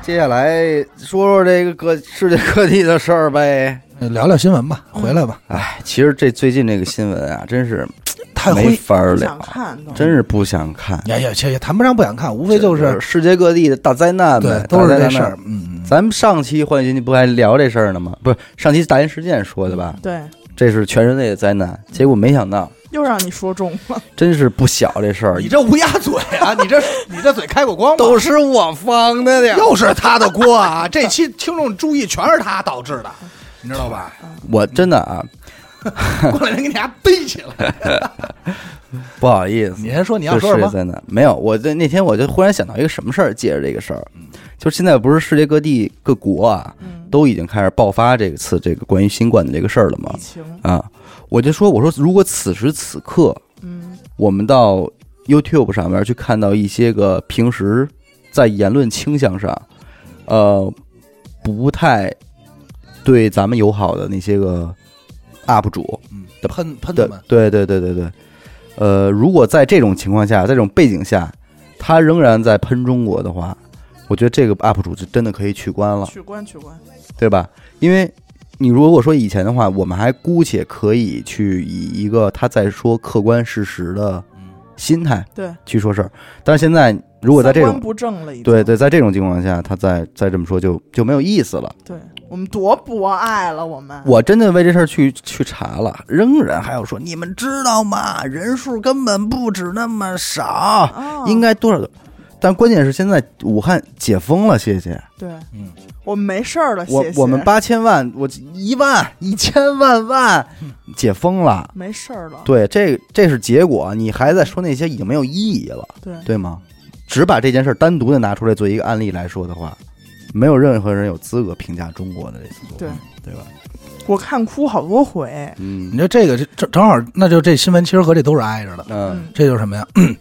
A: 接下来说说这个各世界各地的事儿呗。
B: 呃聊聊新闻吧，回来吧，
A: 哎，其实这最近这个新闻啊，真是
B: 太
A: 没
B: 灰，
A: 法儿
C: 不
A: 聊
C: 想，看都
A: 真是不想看。
B: 也也也也谈不上不想看，无非就是
A: 世界各地的大灾难
B: 对
A: 呗，，
B: 都是
A: 大灾
B: 这
A: 难
B: 事儿，嗯，
A: 咱们上期幻觉你不还聊这事儿呢吗？不是上期大连事件说的吧？
C: 对，
B: 嗯
A: 这是全人类的灾难，结果没想到
C: 又让你说中了。
A: 真是不小这事儿
B: 你，这乌鸦嘴啊，你这你这嘴开过光吗？
A: 都是我放的呀！
B: 又是他的锅啊！这期听众注意全是他导致的，你知道吧？
A: 我真的啊，
B: 过两天给你家逮起来。
A: 不好意思，
B: 你先说你要
A: 就
B: 说什
A: 世界
B: 么？
A: 灾难没有，我在那天我就忽然想到一个什么事儿，借着这个事儿，
B: 嗯
A: 就是现在不是世界各地各国啊，都已经开始爆发这次这个关于新冠的这个事儿了吗
C: 疫？情，
A: 啊，我就说我说如果此时此刻
C: 嗯，
A: 我们到 YouTube 上面去看到一些个平时在言论倾向上，呃，不太对咱们友好的那些个 UP 主
B: 嗯喷喷
A: 对
B: 他们，
A: 对对对对对，呃，如果在这种情况下，在这种背景下，他仍然在喷中国的话，我觉得这个 UP 主就真的可以取关了，
C: 取关取关，
A: 对吧？因为你如果说以前的话，我们还姑且可以去以一个他在说客观事实的心态
C: 嗯对。
A: 去说事儿，但是现在如果在这
C: 三
A: 种
C: 观不正了，已经。
A: 对对，在这种情况下，他再再这么说就就没有意思了。
C: 对，我们多博爱了，我们。
A: 我真的为这事儿去去查了，仍然还有说，你们知道吗？人数根本不止那么少，
C: 啊，
A: 应该多少个？但关键是现在武汉解封了，谢谢
C: 对，
B: 嗯，
C: 我们没事儿 了，
A: 我
C: 谢谢
A: 我们八千万，我一万 一千万万解封了，
C: 没事儿了，
A: 对，这这是结果，你还在说那些已经没有意义了，
C: 对
A: 对吗？只把这件事儿单独的拿出来做一个案例来说的话，没有任何人有资格评价中国的这次做法，
C: 对
A: 对吧？
C: 我看哭好多回，
A: 嗯
B: 你说这个这正正好，那就这新闻其实和这都是挨着的。
A: 嗯
B: 这就是什么呀？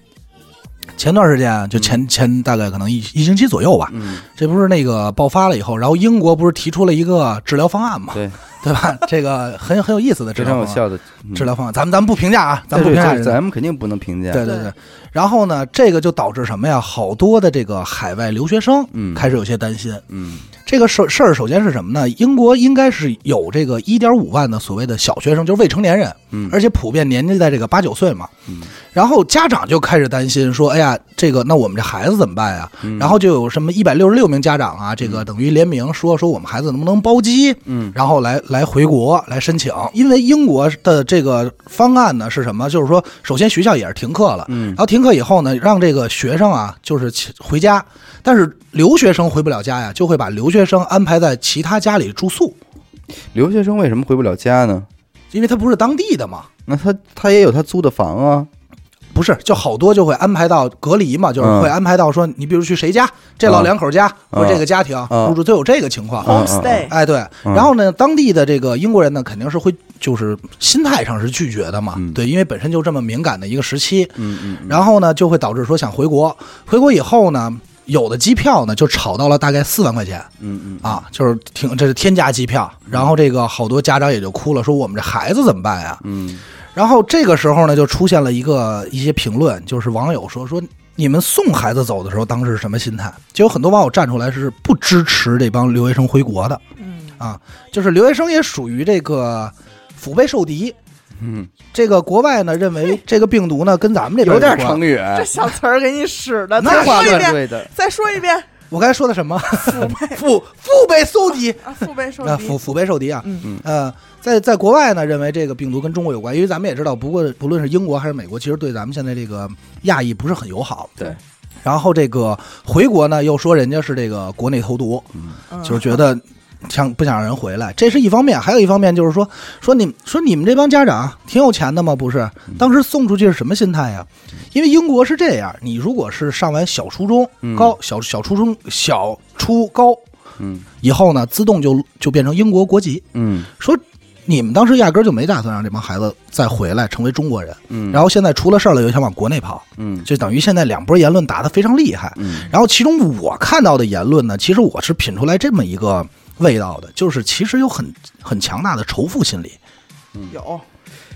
B: 前段时间啊，就前前大概可能一一星期左右吧，
A: 嗯，
B: 这不是那个爆发了以后，然后英国不是提出了一个治疗方案嘛，
A: 对，
B: 对吧？这个很很有意思的治
A: 非
B: 疗
A: 常有
B: 方案。
A: 效的嗯
B: 治疗方案，咱们咱们不评价啊，咱
A: 对对
B: 们不评价
A: 这
B: 人家
A: 咱们肯定不能评价。
B: 对对
C: 对
B: 对。然后呢，这个就导致什么呀？好多的这个海外留学生
A: 嗯
B: 开始有些担心。
A: 嗯
B: 这个事事儿首先是什么呢？英国应该是有这个一点五万的所谓的小学生，就是未成年人，
A: 嗯
B: 而且普遍年纪在这个八九岁嘛。
A: 嗯
B: 然后家长就开始担心说：“哎呀，这个那我们这孩子怎么办呀？”
A: 嗯
B: 然后就有什么一百六十六名家长啊，这个等于联名说说我们孩子能不能包机，
A: 嗯，
B: 然后来来回国来申请。因为英国的这个方案呢是什么？就是说，首先学校也是停课了，
A: 嗯
B: 然后停课以后呢，让这个学生啊就是起回家，但是留学生回不了家呀，就会把留学生安排在其他家里住宿，
A: 留学生为什么回不了家呢？
B: 因为他不是当地的嘛。
A: 那他他也有他租的房啊，
B: 不是，就好多就会安排到隔离嘛，就是
A: 嗯
B: 会安排到说，你比如去谁家，这老两口家、
A: 嗯
B: 或者这个家庭、
A: 嗯
B: 入住，都有这个情况。
C: 啊
A: 嗯
C: homestay，
B: 哎，对，
A: 嗯
B: 然后呢，当地的这个英国人呢，肯定是会就是心态上是拒绝的嘛，对，因为本身就这么敏感的一个时期，
A: 嗯嗯
B: 然后呢，就会导致说想回国，回国以后呢，有的机票呢就炒到了大概四万块钱
A: 嗯嗯
B: 啊，就是挺这是天价机票，然后这个好多家长也就哭了，说我们这孩子怎么办呀？
A: 嗯
B: 然后这个时候呢，就出现了一个一些评论，就是网友说说你们送孩子走的时候，当时是什么心态？就有很多网友站出来是不支持这帮留学生回国的
C: 嗯，
B: 啊，就是留学生也属于这个腹背受敌。
A: 嗯，
B: 这个国外呢认为这个病毒呢跟咱们这边
A: 有点
B: 关
A: 成语，
C: 这小词儿给你使的，
A: 这嗯
C: 再
A: 话
C: 说一
A: 是
C: 遍，
A: 对的，
C: 再说一遍，
B: 我刚才说的什么？
C: 腹背
B: 腹腹背受敌，
C: 啊，腹背受
B: 呃，
C: 敌
B: 腹，腹背受敌啊。
C: 嗯
B: 呃，在在国外呢，认为这个病毒跟中国有关，因为咱们也知道，不过不论是英国还是美国，其实对咱们现在这个亚裔不是很友好。
A: 对。
B: 然后这个回国呢，又说人家是这个国内投毒，
C: 嗯
B: 就是觉得想不想让人回来，这是一方面。还有一方面就是说，说你说你们这帮家长挺有钱的吗？不是，
A: 嗯
B: 当时送出去是什么心态呀？因为英国是这样，你如果是上完小初中、
A: 嗯
B: 高小小初中、小初高
A: 嗯
B: 以后呢，自动就就变成英国国籍。
A: 嗯
B: 说你们当时压根儿就没打算让这帮孩子再回来成为中国人，
A: 嗯，
B: 然后现在出了事儿了又想往国内跑，
A: 嗯
B: 就等于现在两波言论打得非常厉害。
A: 嗯
B: 然后其中我看到的言论呢，其实我是品出来这么一个味道的，就是其实有很很强大的仇富心理。
C: 有，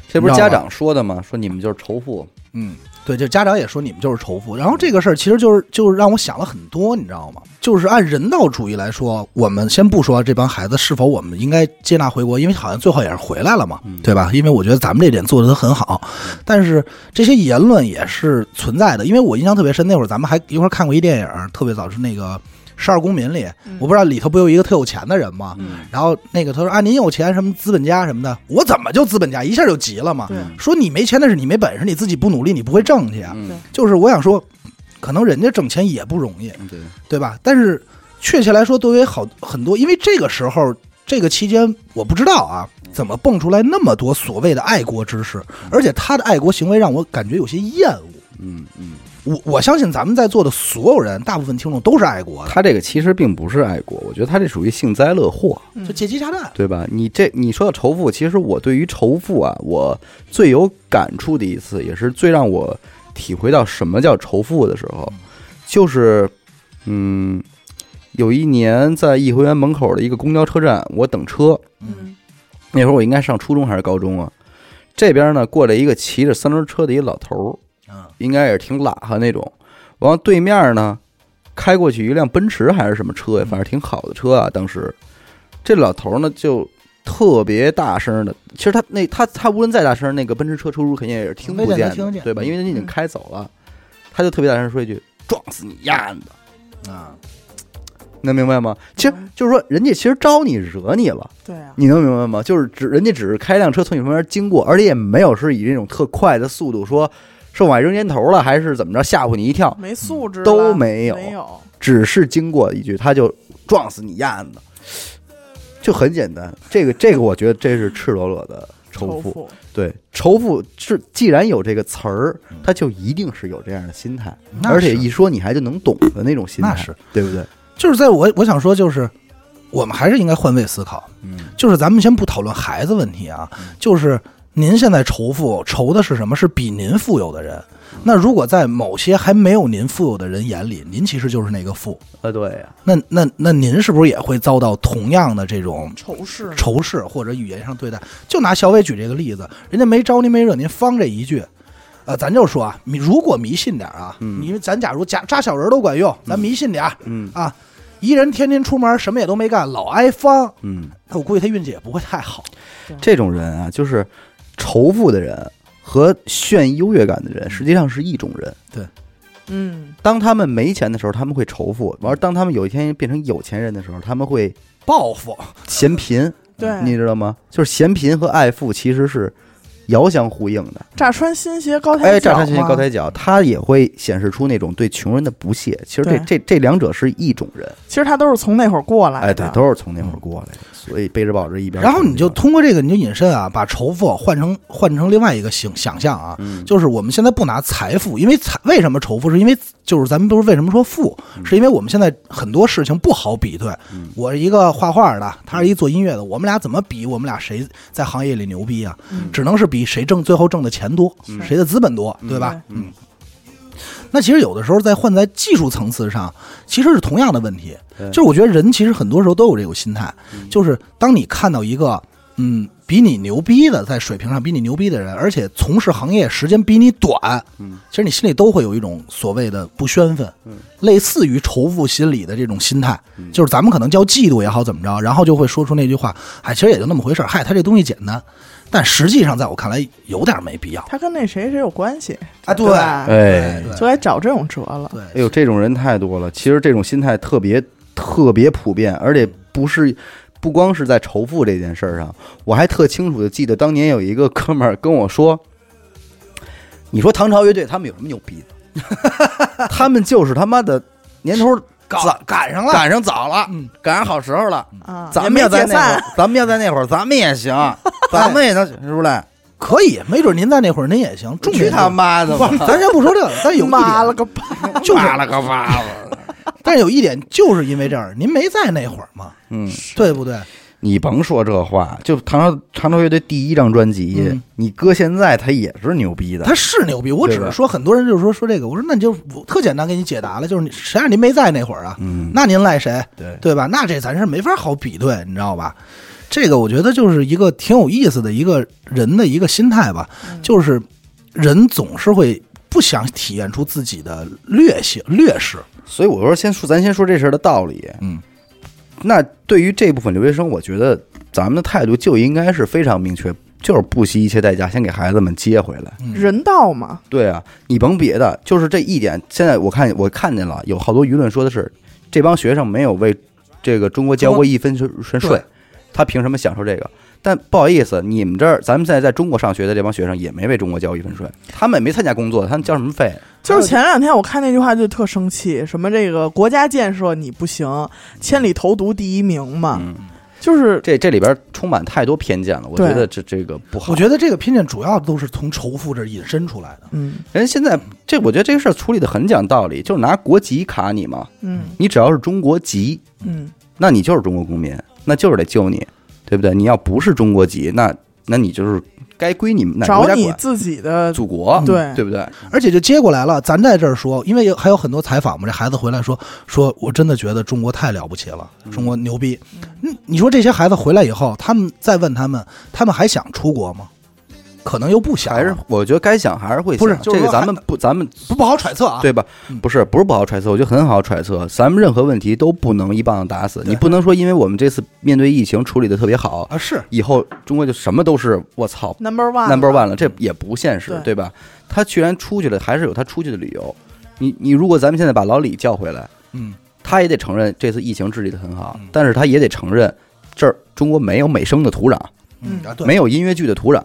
A: 这不是家长说的吗？说你们就是仇富，
B: 嗯，对，就家长也说你们就是仇富。然后这个事儿其实就是就是让我想了很多，你知道吗？就是按人道主义来说，我们先不说这帮孩子是否我们应该接纳回国，因为好像最后也是回来了嘛，对吧？因为我觉得咱们这点做的都很好，但是这些言论也是存在的。因为我印象特别深，那会儿咱们还一块儿看过一电影，特别早是那个。十二公民里，我不知道里头不有一个特有钱的人吗？然后那个他说啊，您有钱什么资本家什么的，我怎么就资本家？一下就急了嘛。
C: 对
B: 说你没钱那是你没本事，你自己不努力你不会挣去啊。
A: 嗯
B: 就是我想说，可能人家挣钱也不容易，
A: 对，
B: 对吧？但是确切来说，对于好很多，因为这个时候这个期间，我不知道啊，怎么蹦出来那么多所谓的爱国之士，而且他的爱国行为让我感觉有些厌恶。
A: 嗯嗯，
B: 我我相信咱们在座的所有人，大部分听众都是爱国的，
A: 他这个其实并不是爱国，我觉得他这属于幸灾乐祸，
C: 嗯
B: 就借鸡下蛋。
A: 对吧？你这你说到仇富，其实我对于仇富啊，我最有感触的一次，也是最让我体会到什么叫仇富的时候，就是嗯，有一年在颐和园门口的一个公交车站，我等车，
C: 嗯
A: 那会儿我应该上初中还是高中啊？这边呢过来一个骑着三轮车的一老头儿
B: 嗯，
A: 应该也是挺拉哈那种。然后对面呢开过去一辆奔驰还是什么车呀，反正挺好的车啊。当时这老头儿呢就特别大声的，其实他那他他无论再大声，那个奔驰车出租肯定也是听不
B: 没见
A: 见
B: 他听
A: 的，
B: 得见嗯
A: 对吧？因为人家已经开走了，他就特别大声说一句：“撞死你丫的！”
B: 啊，
A: 能明白吗？其实
B: 嗯
A: 就是说，人家其实招你惹你了。
C: 对啊，
A: 你能明白吗？就是只人家只是开辆车从你旁边经过，而且也没有是以那种特快的速度说是往外扔烟头了，还是怎么着吓唬你一跳，
C: 没素质
A: 都
C: 了
A: 没有
C: 没有，
A: 只是经过一句他就撞死你丫的，就很简单。这个这个，我觉得这是赤裸裸的仇
C: 仇
A: 富。
C: 富，
A: 对，仇富是既然有这个词儿，他就一定是有这样的心态，
B: 嗯那
A: 而且
B: 是
A: 一说你还就能懂的那种心态，
B: 那是
A: 对不对？
B: 就是在我我想说，就是我们还是应该换位思考。
A: 嗯，
B: 就是咱们先不讨论孩子问题啊，就是您现在仇富仇的是什么？是比您富有的人。那如果在某些还没有您富有的人眼里，您其实就是那个富，
A: 啊，对呀、
B: 那那那您是不是也会遭到同样的这种
C: 仇视，
B: 仇视或者语言上对待？就拿小伟举这个例子，人家没招您没惹您，方这一句。呃，咱就说啊，迷如果迷信点啊，你咱假如扎扎小人都管用，咱迷信点儿
A: 嗯
B: 啊，一人天天出门什么也都没干，老挨方，
A: 嗯。
B: 那我估计他运气也不会太好。
A: 这种人啊，就是仇富的人和炫优越感的
B: 嗯
A: 人，实际上是一种人。
C: 嗯，
A: 当他们没钱的时候，他们会仇富；完，当他们有一天变成有钱人的时候，他们会
B: 报复，
A: 嫌贫，
C: 对，
A: 你知道吗？就是嫌贫和爱富其实是遥相呼应的。
C: 乍穿新鞋高抬
A: 哎，
B: 啊
C: 脚
A: 乍穿新鞋
C: 嘛
A: 高抬脚，它也会显示出那种对穷人的不屑。其实这这这两者是一种人，
C: 其实他都是从那会儿过来的。
A: 哎，对，都是从那会儿过来的，所以背着报纸一边。
B: 然后你就通过这个，你就引申啊，把仇富换成换成另外一个想想象啊，就是我们现在不拿财富，因为财为什么仇富，是因为就是咱们不是为什么说富，是因为我们现在很多事情不好比对。我是一个画画的，他是一做音乐的，我们俩怎么比？我们俩谁在行业里牛逼啊？只能是比谁挣最后挣的钱多，谁的资本多，对吧？嗯。那其实有的时候在换在技术层次上，其实是同样的问题。就是我觉得人其实很多时候都有这种心态，就是当你看到一个嗯比你牛逼的，在水平上比你牛逼的人，而且从事行业时间比你短，其实你心里都会有一种所谓的不宣愤，类似于仇富心理的这种心态，就是咱们可能叫嫉妒也好怎么着，然后就会说出那句话，哎，其实也就那么回事儿，嗨，他这东西简单，但实际上在我看来有点没必要
C: 他跟那谁谁有关系
B: 啊，对
C: 吧
A: 哎，
C: 就该找这种辙了。
B: 对，
A: 哎呦，这种人太多了。其实这种心态特别特别普遍，而且不是不光是在仇富这件事儿上，我还特清楚的记得当年有一个哥们儿跟我说：“你说唐朝乐队他们有什么牛逼的？ 他们就是他妈的年头儿早
B: 赶上了
A: 赶上早了
B: 嗯，
A: 赶上好时候了。
C: 啊，也
A: 咱们
C: 没
A: 要在
C: 解
A: 那会儿
C: 散，，
A: 咱们要在那会儿，咱们也行， 咱们也能选出来。
B: 可以，没准您在那会儿您也行，重
A: 去
B: 点
A: 他妈的
B: 不
A: 吧！
B: 是，咱先不说这个，但有一
C: 妈了
B: 点
C: 个 巴！
B: 就是
A: 妈了个巴子！
B: 但是有一点，就是因为这儿，您没在那会儿嘛，
A: 嗯，
B: 对不对？
A: 你甭说这话，就唐朝唐朝乐队第一张专辑，
B: 嗯
A: 你搁现在他也是牛逼的。
B: 他是牛逼，我只
A: 对
B: 是
A: 吧
B: 说很多人就是说说这个，我说那你就我特简单给你解答了，就是你谁让您没在那会儿啊？
A: 嗯，
B: 那您赖谁？
A: 对，
B: 对吧？那这咱是没法好比对，你知道吧？这个我觉得就是一个挺有意思的一个人的一个心态吧，就是人总是会不想体验出自己的劣性劣势，
A: 所以我说先说，咱先说这事儿的道理。
B: 嗯，
A: 那对于这部分留学生，我觉得咱们的态度就应该是非常明确，就是不惜一切代价先给孩子们接回来。
C: 人道嘛，
A: 对啊，你甭别的，就是这一点。现在我看我看见了，有好多舆论说的是这帮学生没有为这个中国交过一分钱税
B: 对，
A: 他凭什么享受这个？但不好意思，你们这儿咱们现在在中国上学的这帮学生也没为中国交过一分税，他们也没参加工作，他们交什么费？
C: 就是前两天我看那句话就特生气，什么这个国家建设你不行，千里投毒第一名嘛，
A: 嗯
C: 就是
A: 这这里边充满太多偏见了，我
C: 对
A: 觉得这这个不好。
B: 我觉得这个偏见主要都是从仇富这儿引申出来的。
C: 嗯
A: 人现在这，我觉得这个事儿处理的很讲道理，就是拿国籍卡你嘛，
C: 嗯
A: 你只要是中国籍，
C: 嗯，
A: 那你就是中国公民，那就是得救你，对不对？你要不是中国籍，那那你就是该归你们哪个
C: 找
A: 国家
C: 你
A: 管，
C: 自己的
A: 祖国，
C: 对
A: 对不对？
B: 而且就接过来了，咱在这儿说，因为有还有很多采访嘛，这孩子回来说说，我真的觉得中国太了不起了，中国牛逼。嗯，你说这些孩子回来以后，他们再问他们，他们还想出国吗？可能又不想了，
A: 还是我觉得该想还是会想，
B: 不是就是
A: 这个
B: 说
A: 咱们不咱们
B: 不不好揣测啊。
A: 对吧？不是不是不好揣测，我觉得很好揣测。咱们任何问题都不能一棒子打死，你不能说因为我们这次面对疫情处理的特别好，
B: 啊，是
A: 以后中国就什么都是我操
C: number one
A: number one 了，这也不现实
C: 啊
A: 对
C: 对，
A: 吧？他居然出去了，还是有他出去的理由。你你如果咱们现在把老李叫回来，
B: 嗯，
A: 他也得承认这次疫情治理的很好，但是他也得承认这儿中国没有美声的土壤，
C: 嗯
B: 啊，对，
A: 没有音乐剧的土壤。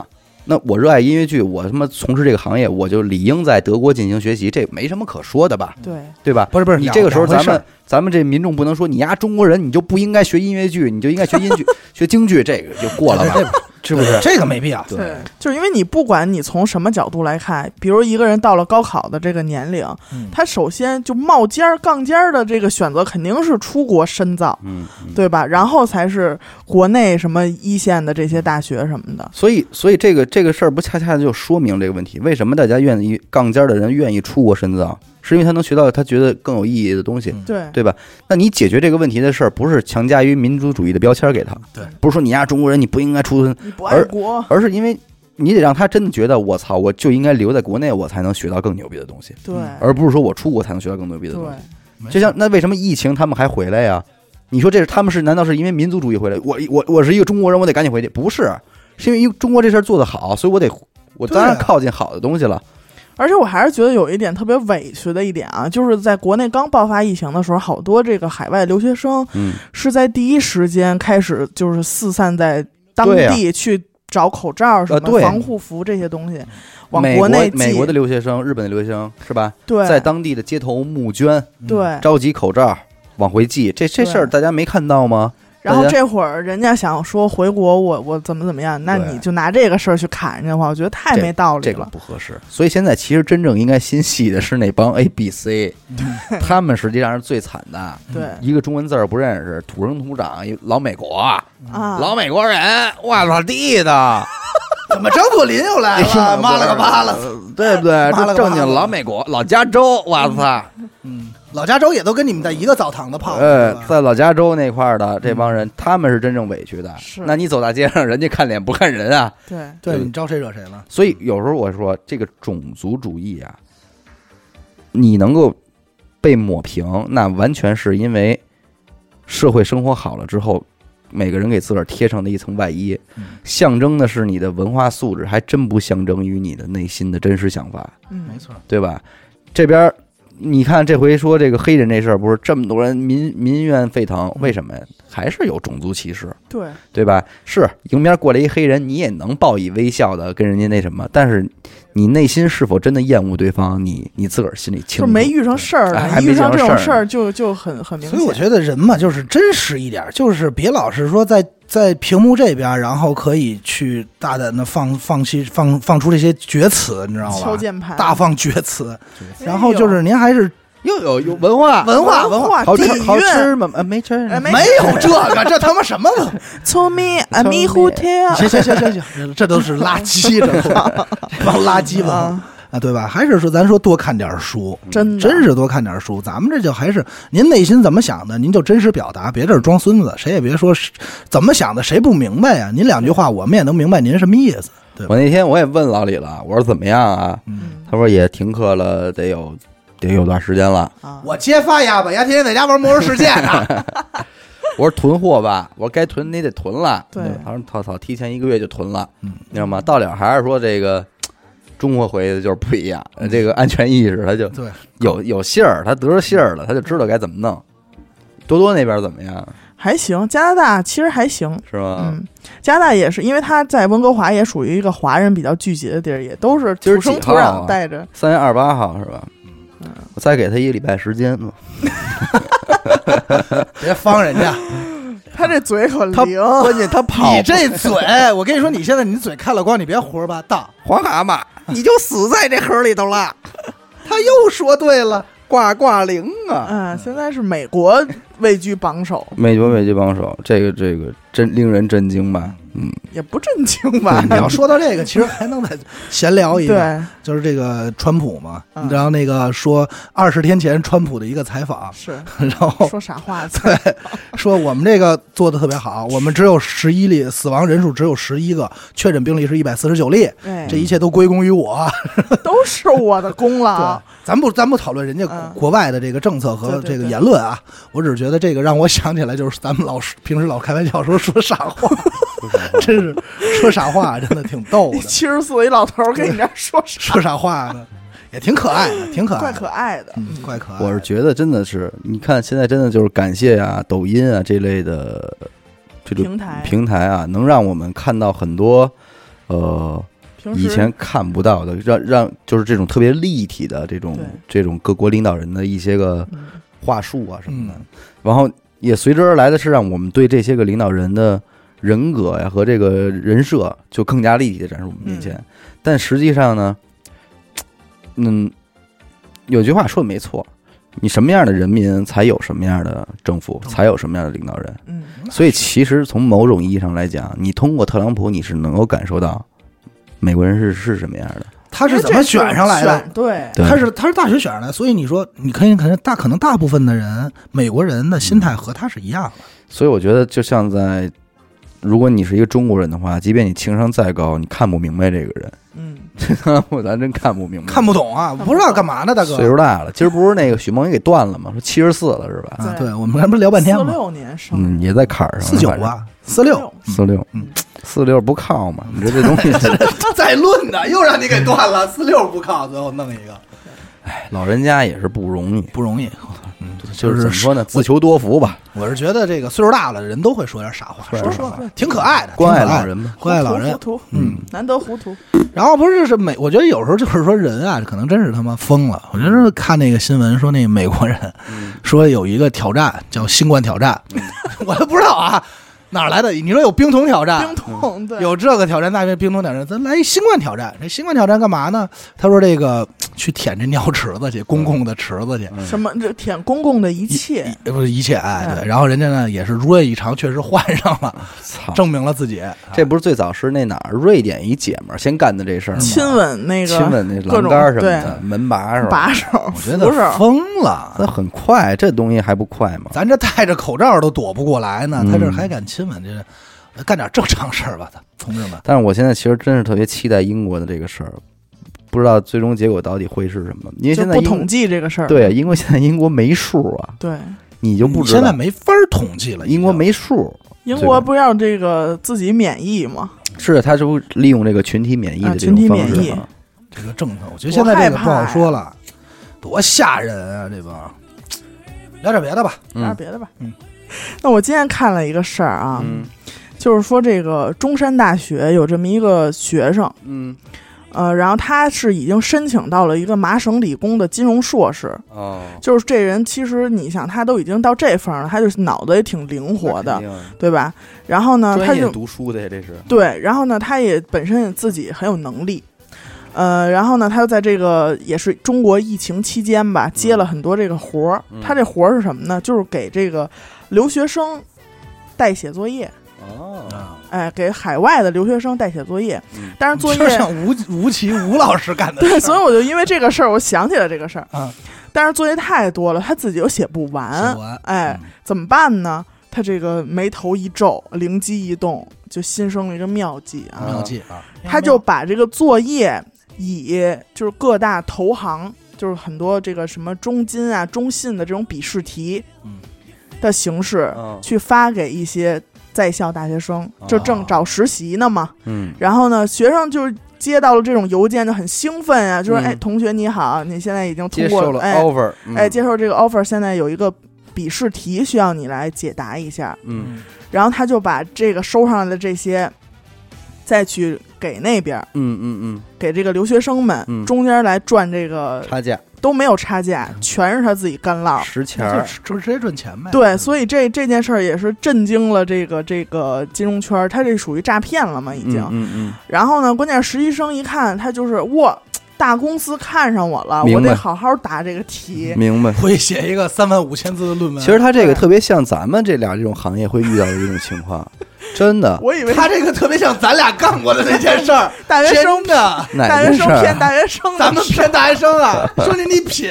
A: 那我热爱音乐剧，我他妈从事这个行业，我就理应在德国进行学习，这没什么可说的吧，
C: 对，
A: 对吧？
B: 不是不是，
A: 你
B: 两
A: 这个时候
B: 两回
A: 咱
B: 事儿
A: 们咱们这民众不能说你丫中国人你就不应该学音乐剧，你就应该学音剧 学京剧，这个就过了吧，啊是不是？
B: 哎这个没必要。
A: 对，
C: 就是因为你不管你从什么角度来看，比如一个人到了高考的这个年龄，
B: 嗯
C: 他首先就冒尖儿、杠尖儿的这个选择肯定是出国深造，
A: 嗯，嗯
C: 对吧？然后才是国内什么一线的这些大学什么的。
A: 所以，所以这个这个事儿不恰恰就说明这个问题？为什么大家愿意杠尖儿的人愿意出国深造？啊是因为他能学到他觉得更有意义的东西，
B: 嗯
C: 对，
A: 对吧？那你解决这个问题的事儿，不是强加于民族主义的标签儿给他，
B: 对，
A: 不是说你丫中国人你不应该出国，
C: 你不爱国，
A: 而是嗯因为你得让他真的觉得我操，我就应该留在国内，我才能学到更牛逼的东西，
C: 对
A: 而嗯不是说我出国才能学到更牛逼的东西。
C: 对，
B: 没
A: 就像那为什么疫情他们还回来呀？你说这是他们是难道是因为民族主义回来？我我我是一个中国人，我得赶紧回去？不是，是因为中国这事儿做得好，所以我得我当然
B: 对啊
A: 靠近好的东西了。
C: 而且我还是觉得有一点特别委屈的一点啊，就是在国内刚爆发疫情的时候，好多这个海外留学生
A: 嗯，
C: 是在第一时间开始就是四散在当
A: 对呀
C: 地去找口罩什
A: 呃
C: 么、
A: 对
C: 防护服这些东西，往
A: 美
C: 国内寄。
A: 美国的留学生、日本的留学生是吧？
C: 对
A: 在当嗯地的街头募捐，
C: 对，
A: 召集口罩往回寄，这这
C: 对
A: 事儿大家没看到吗？
C: 然后
A: 大家
C: 这会儿人家想说回国我，我怎么怎么样，那
A: 对
C: 你就拿这个事儿去砍人家的话，我觉得太没道理
A: 这个
C: 了。
A: 不合适。所以现在其实真正应该心系的是那帮 A、B、C，他们实际上是最惨的，
C: 对
A: 一个中文字儿不认识，土生土长一老美国，
B: 嗯
C: 啊，
A: 老美国人，我操地的，
E: 怎么张作霖又
B: 哎
E: 来
A: 哎
E: 了？妈了个巴了！
A: 呃，对不对？
E: 妈
A: 这
E: 了个巴了
A: 正经老美国，老加州，我操，
E: 老加州也都跟你们在一个澡堂子泡
A: 呃
E: 着，是吧
A: 在老加州那块儿的这帮人，他们是真正委屈的。
C: 是
A: 那你走大街上，人家看脸不看人啊。
C: 对
B: 对
A: 对
B: 你招谁惹谁了？
A: 所以有时候我说，这个种族主义啊，你能够被抹平，那完全是因为社会生活好了之后，每个人给自个儿贴上的一层外衣，象征的是你的文化素质，还真不象征于你的内心的真实想法。
C: 嗯，
B: 错，
A: 对吧？这边儿你看这回说这个黑人这事儿，不是这么多人民民怨沸腾，为什么呀？还是有种族歧视，
C: 对
A: 对吧？是迎面过来一黑人，你也能报以微笑的跟人家那什么，但是你内心是否真的厌恶对方，你你自个儿心里清
C: 就
A: 楚。
C: 没遇上事儿
A: 哎
C: 了，
A: 还
C: 一
A: 没
C: 遇上
A: 遇
C: 这
A: 上
C: 种
A: 事
C: 事
A: 儿
C: 儿就就很很明显。
B: 所以我觉得人嘛，就是真实一点，就是别老是说在在屏幕这边，然后可以去大胆的放放弃放放出这些厥词，你知道
A: 啊
C: 敲
B: 吧？
C: 键盘
B: 大放厥词，
C: 哎呦
B: 然后就是您还是
A: 又有有文化，
E: 文化
C: 文
E: 文
C: 化
A: 好
C: 底
A: 吃好
C: 蕴。
A: 吃吗？啊，没吃呢。
C: 哎没
E: 没有这个，这他妈什么文化？
C: 聪明 a m i h o t e l
B: 行行行行行，这都是垃圾，这都 这帮垃圾吧，
C: 啊，
B: 啊，对吧？还是说咱说多看点书，
C: 嗯真的
B: 真是多看点书。咱们这就还是您内心怎么想的，您就真实表达，别这儿装孙子，谁也别说是怎么想的，谁不明白呀、您两句话，我们也能明白您什么意思。
A: 我那天我也问老李了，我说怎么样啊？
C: 嗯
A: 他说也停课了，得有得有段时间了。
C: 啊，
E: 我揭发丫吧，丫天天在家玩魔兽世界 呢。
A: 我说囤货吧，我说该囤你得囤了。
C: 对
A: 他说操操，提前一个月就囤了，
E: 嗯
A: 你知道吗？到了还是说这个中国回去的就是不一样，
E: 嗯
A: 呃这个安全意识他就
B: 对
A: 有有信儿，他得着信儿了，他就知道该怎么弄。多多那边怎么样？
C: 还行，加拿大其实还行。
A: 是吗？
C: 嗯，加拿大也是，因为他在温哥华也属于一个华人比较聚集的地儿，也都是
A: 今儿
C: 土生
A: 几
C: 土
A: 号
C: 长
A: 啊
C: 带着。
A: 三、月二十八号是吧？
C: 嗯
A: 我再给他一个礼拜时间吧。
E: 别方人 家，
C: 他这嘴可灵
A: 他，关键他跑
E: 你这嘴，我跟你说，你现在你嘴开了光，你别胡说八 道。
A: 黄蛤蟆，你就死在这盒里头 了，
E: 他又说对了，
A: 挂挂铃啊！
C: 嗯，现在是美国位居榜首，
A: 美国美籍帮手，这个这个真令人震惊吧？嗯，
C: 也不震惊吧？
B: 你要说到这个，其实还能再闲聊一下，
C: 对，
B: 就是这个川普嘛，
C: 嗯
B: 然后那个说二十天前川普的一个采访，
C: 是
B: 然
A: 哦
B: 后
C: 说 傻话，
B: 说我们这个做的特别 好，我们只有十一例死亡人数，只有十一个确诊病例是一百四十九例，
C: 哎，
B: 这一切都归功于我。
C: 都是我的功劳。
B: 咱不咱不讨论人家
C: 嗯
B: 国外的这个政策和
C: 对对
B: 这个
C: 对
B: 言论啊，我只是觉得这个让我想起来，就是咱们老说平时老开玩笑说说傻话， 真是说傻话真的挺逗
C: 你
B: 的，
C: 七十岁一老头儿跟你这儿说啥？
B: 说傻话呢也挺可爱的，挺可
C: 怪
B: 爱
C: 可
B: 的，
C: 爱的，
B: 嗯，怪可爱的。
A: 我是觉得真的是，你看现在真的就是感谢啊，抖音啊这类的这种
C: 平台
A: 平台啊，能让我们看到很多呃
C: 平时
A: 以前看不到的，让让就是这种特别立体的这种
C: 对
A: 这种各国领导人的一些个
C: 嗯
A: 话术啊什么的，然后也随之而来的是让我们对这些个领导人的人格呀和这个人设就更加立体的展示我们面前。
C: 嗯
A: 但实际上呢，嗯，有句话说的没错，你什么样的人民才有什么样的政府，才有什么样的领导人。
C: 嗯，
A: 所以其实从某种意义上来讲，你通过特朗普，你是能够感受到美国人是是什么样的。
B: 他是怎么选上来的？
C: 选？对，
A: 对
B: 他是他是大学选上来，所以你说你可以可能大可能大部分的人美国人的心态和他是一样的，
C: 嗯
A: 所以我觉得，就像在，如果你是一个中国人的话，即便你情商再高，你看不明白这个人。
C: 嗯，
A: 我咱真看不明白，
B: 看不懂啊，
C: 不懂
B: 不知道干嘛呢，大哥
A: 岁。数大了。今儿不是那个许梦也给断了吗？说七十四了是吧？
B: 啊，
C: 对
B: 对我们刚才不是聊半天
C: 四
B: 吗？
C: 六年生
A: 嗯，
C: 日，
A: 也在坎儿上。
B: 四九
A: 反正，
B: 啊，四六，
A: 四六，
B: 嗯，
A: 四六不靠嘛？你说这东西，
E: 再论呢，又让你给断了。四六不靠，最后弄一个。
A: 老人家也是不容易。
B: 不容易。嗯，
A: 就
B: 就是是
A: 怎么说呢，自求多福吧，
B: 我是觉得这个岁数大了，人都会说点傻话，
A: 说
B: 说
A: 点
B: 实
A: 傻
B: 话挺可爱的，
A: 关爱
B: 挺可
A: 老人嘛。
B: 关爱老
C: 糊
B: 人。
C: 涂，糊涂
B: 嗯，
C: 难得糊涂。
B: 然后不是就是美，我觉得有时候就是说人啊，可能真是他妈疯了。我就是看那个新闻说，那美国人
C: 嗯
B: 说有一个挑战叫新冠挑战， 我都不知道啊哪儿来的。你说有冰桶挑战，
C: 冰桶对，
B: 啊嗯有这个挑战，那边冰桶挑战，咱来一新冠挑战。这新冠挑战干嘛呢？他说这个去舔这尿池子去，公共的池子去，
C: 什么这舔公共的一切，
B: 一不是一切哎对。
C: 嗯
B: 然后人家呢也是如愿以偿，确实患上了，
A: 操，
B: 证明了自己。
A: 这不是最早是那哪儿瑞典一姐们儿先干的这事儿吗？
C: 亲
B: 嗯
C: 吻那个
A: 亲吻那
C: 各
A: 栏
C: 种
A: 杆儿什么的，
C: 对，
A: 门把是吧？
C: 把手
B: 我觉
C: 扶
B: 得
C: 手，
B: 疯了，
A: 那很快，这东西还不快吗？
B: 咱这戴着口罩都躲不过来呢，
A: 嗯
B: 他这还敢亲吻，这干点正常事儿吧，他同志们。
A: 但是我现在其实真是特别期待英国的这个事儿，不知道最终结果到底会是什么，因为
C: 就
A: 现在
C: 不
A: 英
C: 统计这个事儿。
A: 对，因为现在英国没数啊，
C: 对，
A: 你就不
B: 你
A: 知
B: 现在
A: 道
B: 没法统计了，
A: 英国没数，啊
C: 英
A: 对吧
C: 国不要这个自己免疫吗？
A: 是他是不是利用这个群体免疫
C: 啊
A: 的这
C: 群
A: 种
C: 体
A: 方
C: 免
A: 式
C: 疫
A: 啊？
B: 这个政策，我觉得现在这个不好说了，多吓人啊！这帮聊点别的吧，
C: 聊点
A: 嗯
C: 别的吧。
B: 嗯
C: 那我今天看了一个事儿啊，
A: 嗯
C: 就是说这个中山大学有这么一个学生，
A: 嗯
C: 呃，然后他是已经申请到了一个麻省理工的金融硕士。
A: 哦，
C: 就是这人，其实你想，他都已经到这份儿了，他就是脑子也挺灵活的，对吧？然后呢，他
A: 专业
C: 就
A: 读书的呀，这是
C: 对，然后呢，他也本身也自己很有能力，呃，然后呢，他就在这个也是中国疫情期间
B: 嗯
C: 吧，接了很多这个活儿。
A: 嗯
C: 他这活儿是什么呢？就是给这个留学生代写作业，
A: 哦，
B: 啊，
C: 哎，给海外的留学生代写作业
A: 嗯。
C: 但是作
B: 就
C: 业
B: 像吴吴奇吴老师干的事儿，
C: 对，所以我就因为这个事儿，我想起了这个事儿。
B: 啊，
C: 但是作业太多了，他自己又写不
B: 写
C: 完
B: 不，完嗯
C: 哎，怎么办呢？他这个眉头一皱，灵机一动，就心生了一个妙计啊。
B: 妙计啊，
C: 他就把这个作业以就是各大投行，就是很多这个什么中金啊、中信的这种笔试题
B: 嗯
C: 的形式，
A: 嗯啊
C: 去发给一些在校大学生，就正找实习呢嘛。
A: 嗯
C: 然后呢，学生就是接到了这种邮件就很兴奋啊，就说：“
A: 嗯
C: 哎，同学你好，你现在已经通
A: 接
C: 过
A: 受了
C: 哎
A: offer，
C: 哎，
A: 嗯
C: 接受这个 offer，现在有一个笔试题需要你来解答一下。”
A: 嗯
C: 然后他就把这个收上来的这些，再去给那边儿
A: 嗯嗯
C: 给这个留学生们、
A: 嗯
C: 中间来赚这个
A: 嗯，差价
C: 都没有差价，全是他自己干捞。
A: 十钱
B: 就
A: 儿，
B: 是就直接赚钱呗，
C: 对，所以这这件事儿也是震惊了这个这个金融圈儿，他这属于诈骗了嘛已经。
A: 嗯嗯
C: 然后呢，关键实习生一看，他就是哇，大公司看上我了，
A: 明
C: 我
A: 白
C: 得好好答这个题
A: 嗯，。明白。
B: 会写一个三万五千字的论文。
A: 其实他这个特别像咱们这俩这种行业会遇到的这种情况，真的。
C: 我以为
B: 他这个特别像咱俩干过的那件事儿，
C: 大学生
B: 真的，
A: 哪
C: 大
A: 件
C: 学
A: 事
C: 生
A: 儿
C: 骗
A: 啊？
C: 大学生 的
B: 咱们
C: 事儿
B: 骗大学生啊，说你你品，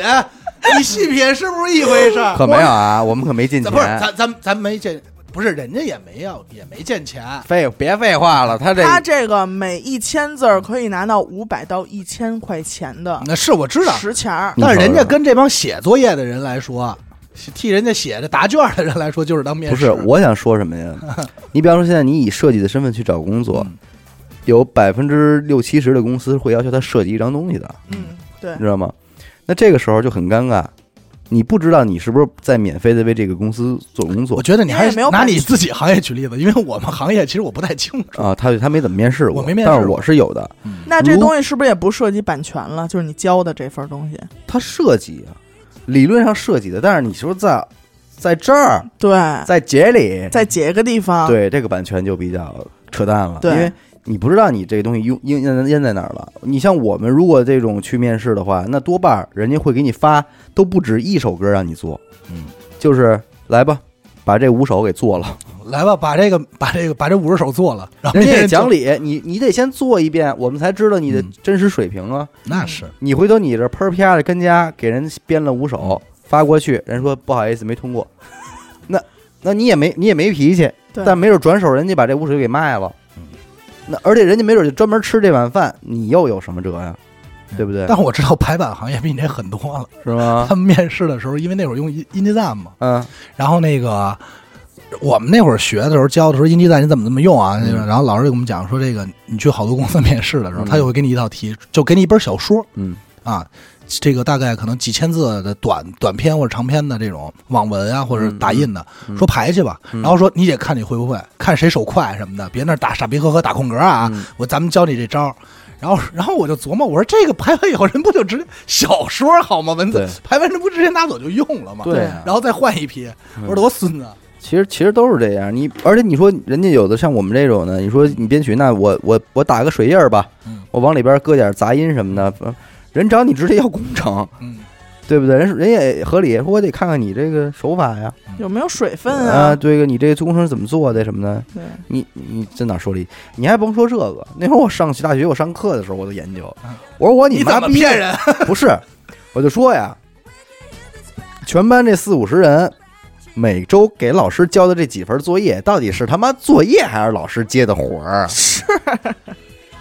B: 你细品是不是一回事儿？
A: 可没有啊，我们可没进
B: 咱
A: 钱
B: 不。是咱咱咱没见，不是人家也没要也没见钱，
A: 废别废话了，他这
C: 他这个每一千字儿可以拿到五百到一千块钱
A: 嗯
C: 的
B: 那是我知
A: 啊
B: 道，
C: 实钱儿，
B: 但是人家跟这帮写作业的人来说，替人家写着答卷的人来说，就是当面
A: 不
B: 试
A: 是我想说什么呀？你比方说现在你以设计的身份去找工作，
B: 嗯
A: 有百分之六七十的公司会要求他设计一张东西的，
C: 嗯，对
A: 你知道吗？那这个时候就很尴尬，你不知道你是不是在免费的为这个公司做工
B: 我
A: 作
B: 觉得你还是
C: 因为也没有
B: 拿
C: 版权
B: 你自己行业举例子，因为我们行业其实我不太清楚。
A: 啊？他他没怎么面试过，
B: 我没面试
A: 但是
B: 过
A: 我是有的。
C: 那这
A: 如
C: 东西是不是也不涉及版权了？就是你教的这份儿东西，
A: 他设计啊，理论上设计的，但是你说在在这儿，
C: 对，
A: 在节里，
C: 再截一个地方，
A: 对这个版权就比较扯淡了，因
C: 对
A: 为你不知道你这个东西用应应应在哪儿了。你像我们如果这种去面试的话，那多半儿人家会给你发都不止一首歌让你做，
B: 嗯，
A: 就是来吧，把这五首给做了，
B: 来吧，把这个把这个把这五十首做了，然 后
A: 人家也
B: 就
A: 讲，理，你你得先做一遍，我们才知道你的
B: 嗯
A: 真实水平啊。
B: 那是
A: 你回头你这喷儿啪的跟家给人编了五首发过去，人说不好意思没通过， 那那你也没你也没脾气，
C: 对
A: 但没准转手人家把这五首给卖了
B: 嗯，
A: 那而且人家没准就专门吃这碗饭，你又有什么辙呀？对不对？
B: 但我知道排版行业比你这狠多了。
A: 是吗？
B: 他们面试的时候，因为那会儿用 In InDesign 嘛，
A: 嗯
B: 然后那个我们那会儿学的时候教的时候，InDesign 你怎么怎么用啊？那个然后老师给我们讲说，这个你去好多公司面试的时
A: 嗯
B: 候，
A: 嗯
B: 他就会给你一道题，就给你一本小说
A: 嗯
B: 啊，这个大概可能几千字的短短篇或者长篇的这种网文啊，或
A: 嗯
B: 者打印的，说排去吧，然后说你得看你会不会，看谁手快什么的，别那儿打傻逼呵呵打空格啊，
A: 嗯
B: 我咱们教你这招儿。然后，然后我就琢磨，我说这个排完以后，人不就直接小说好吗？文字
A: 对
B: 排完，这不直接拿走就用了吗？
A: 对
C: 啊
B: 然后再换一批，
A: 嗯
B: 我说多孙子，
A: 其实其实都是这样，你而且你说人家有的像我们这种呢，你说你编曲，那我我我打个水印儿吧
B: 嗯，
A: 我往里边搁点杂音什么的，呃人找你直接要工程，
B: 嗯，
A: 对不对？人人也合理，说我得看看你这个手法呀，
C: 有没有水分
A: 啊，？对个你这个工程是怎么做的什么的，
C: 嗯对，
A: 你你这哪说理？你还甭说这个，那会儿我上大学我上课的时候我都研究
B: 嗯，
A: 我说我
B: 你
A: 妈
B: 怎么
A: 逼
B: 骗人？
A: 不是，我就说呀，全班这四五十人，每周给老师交的这几份作业，到底是他妈作业还是老师接的活儿？是，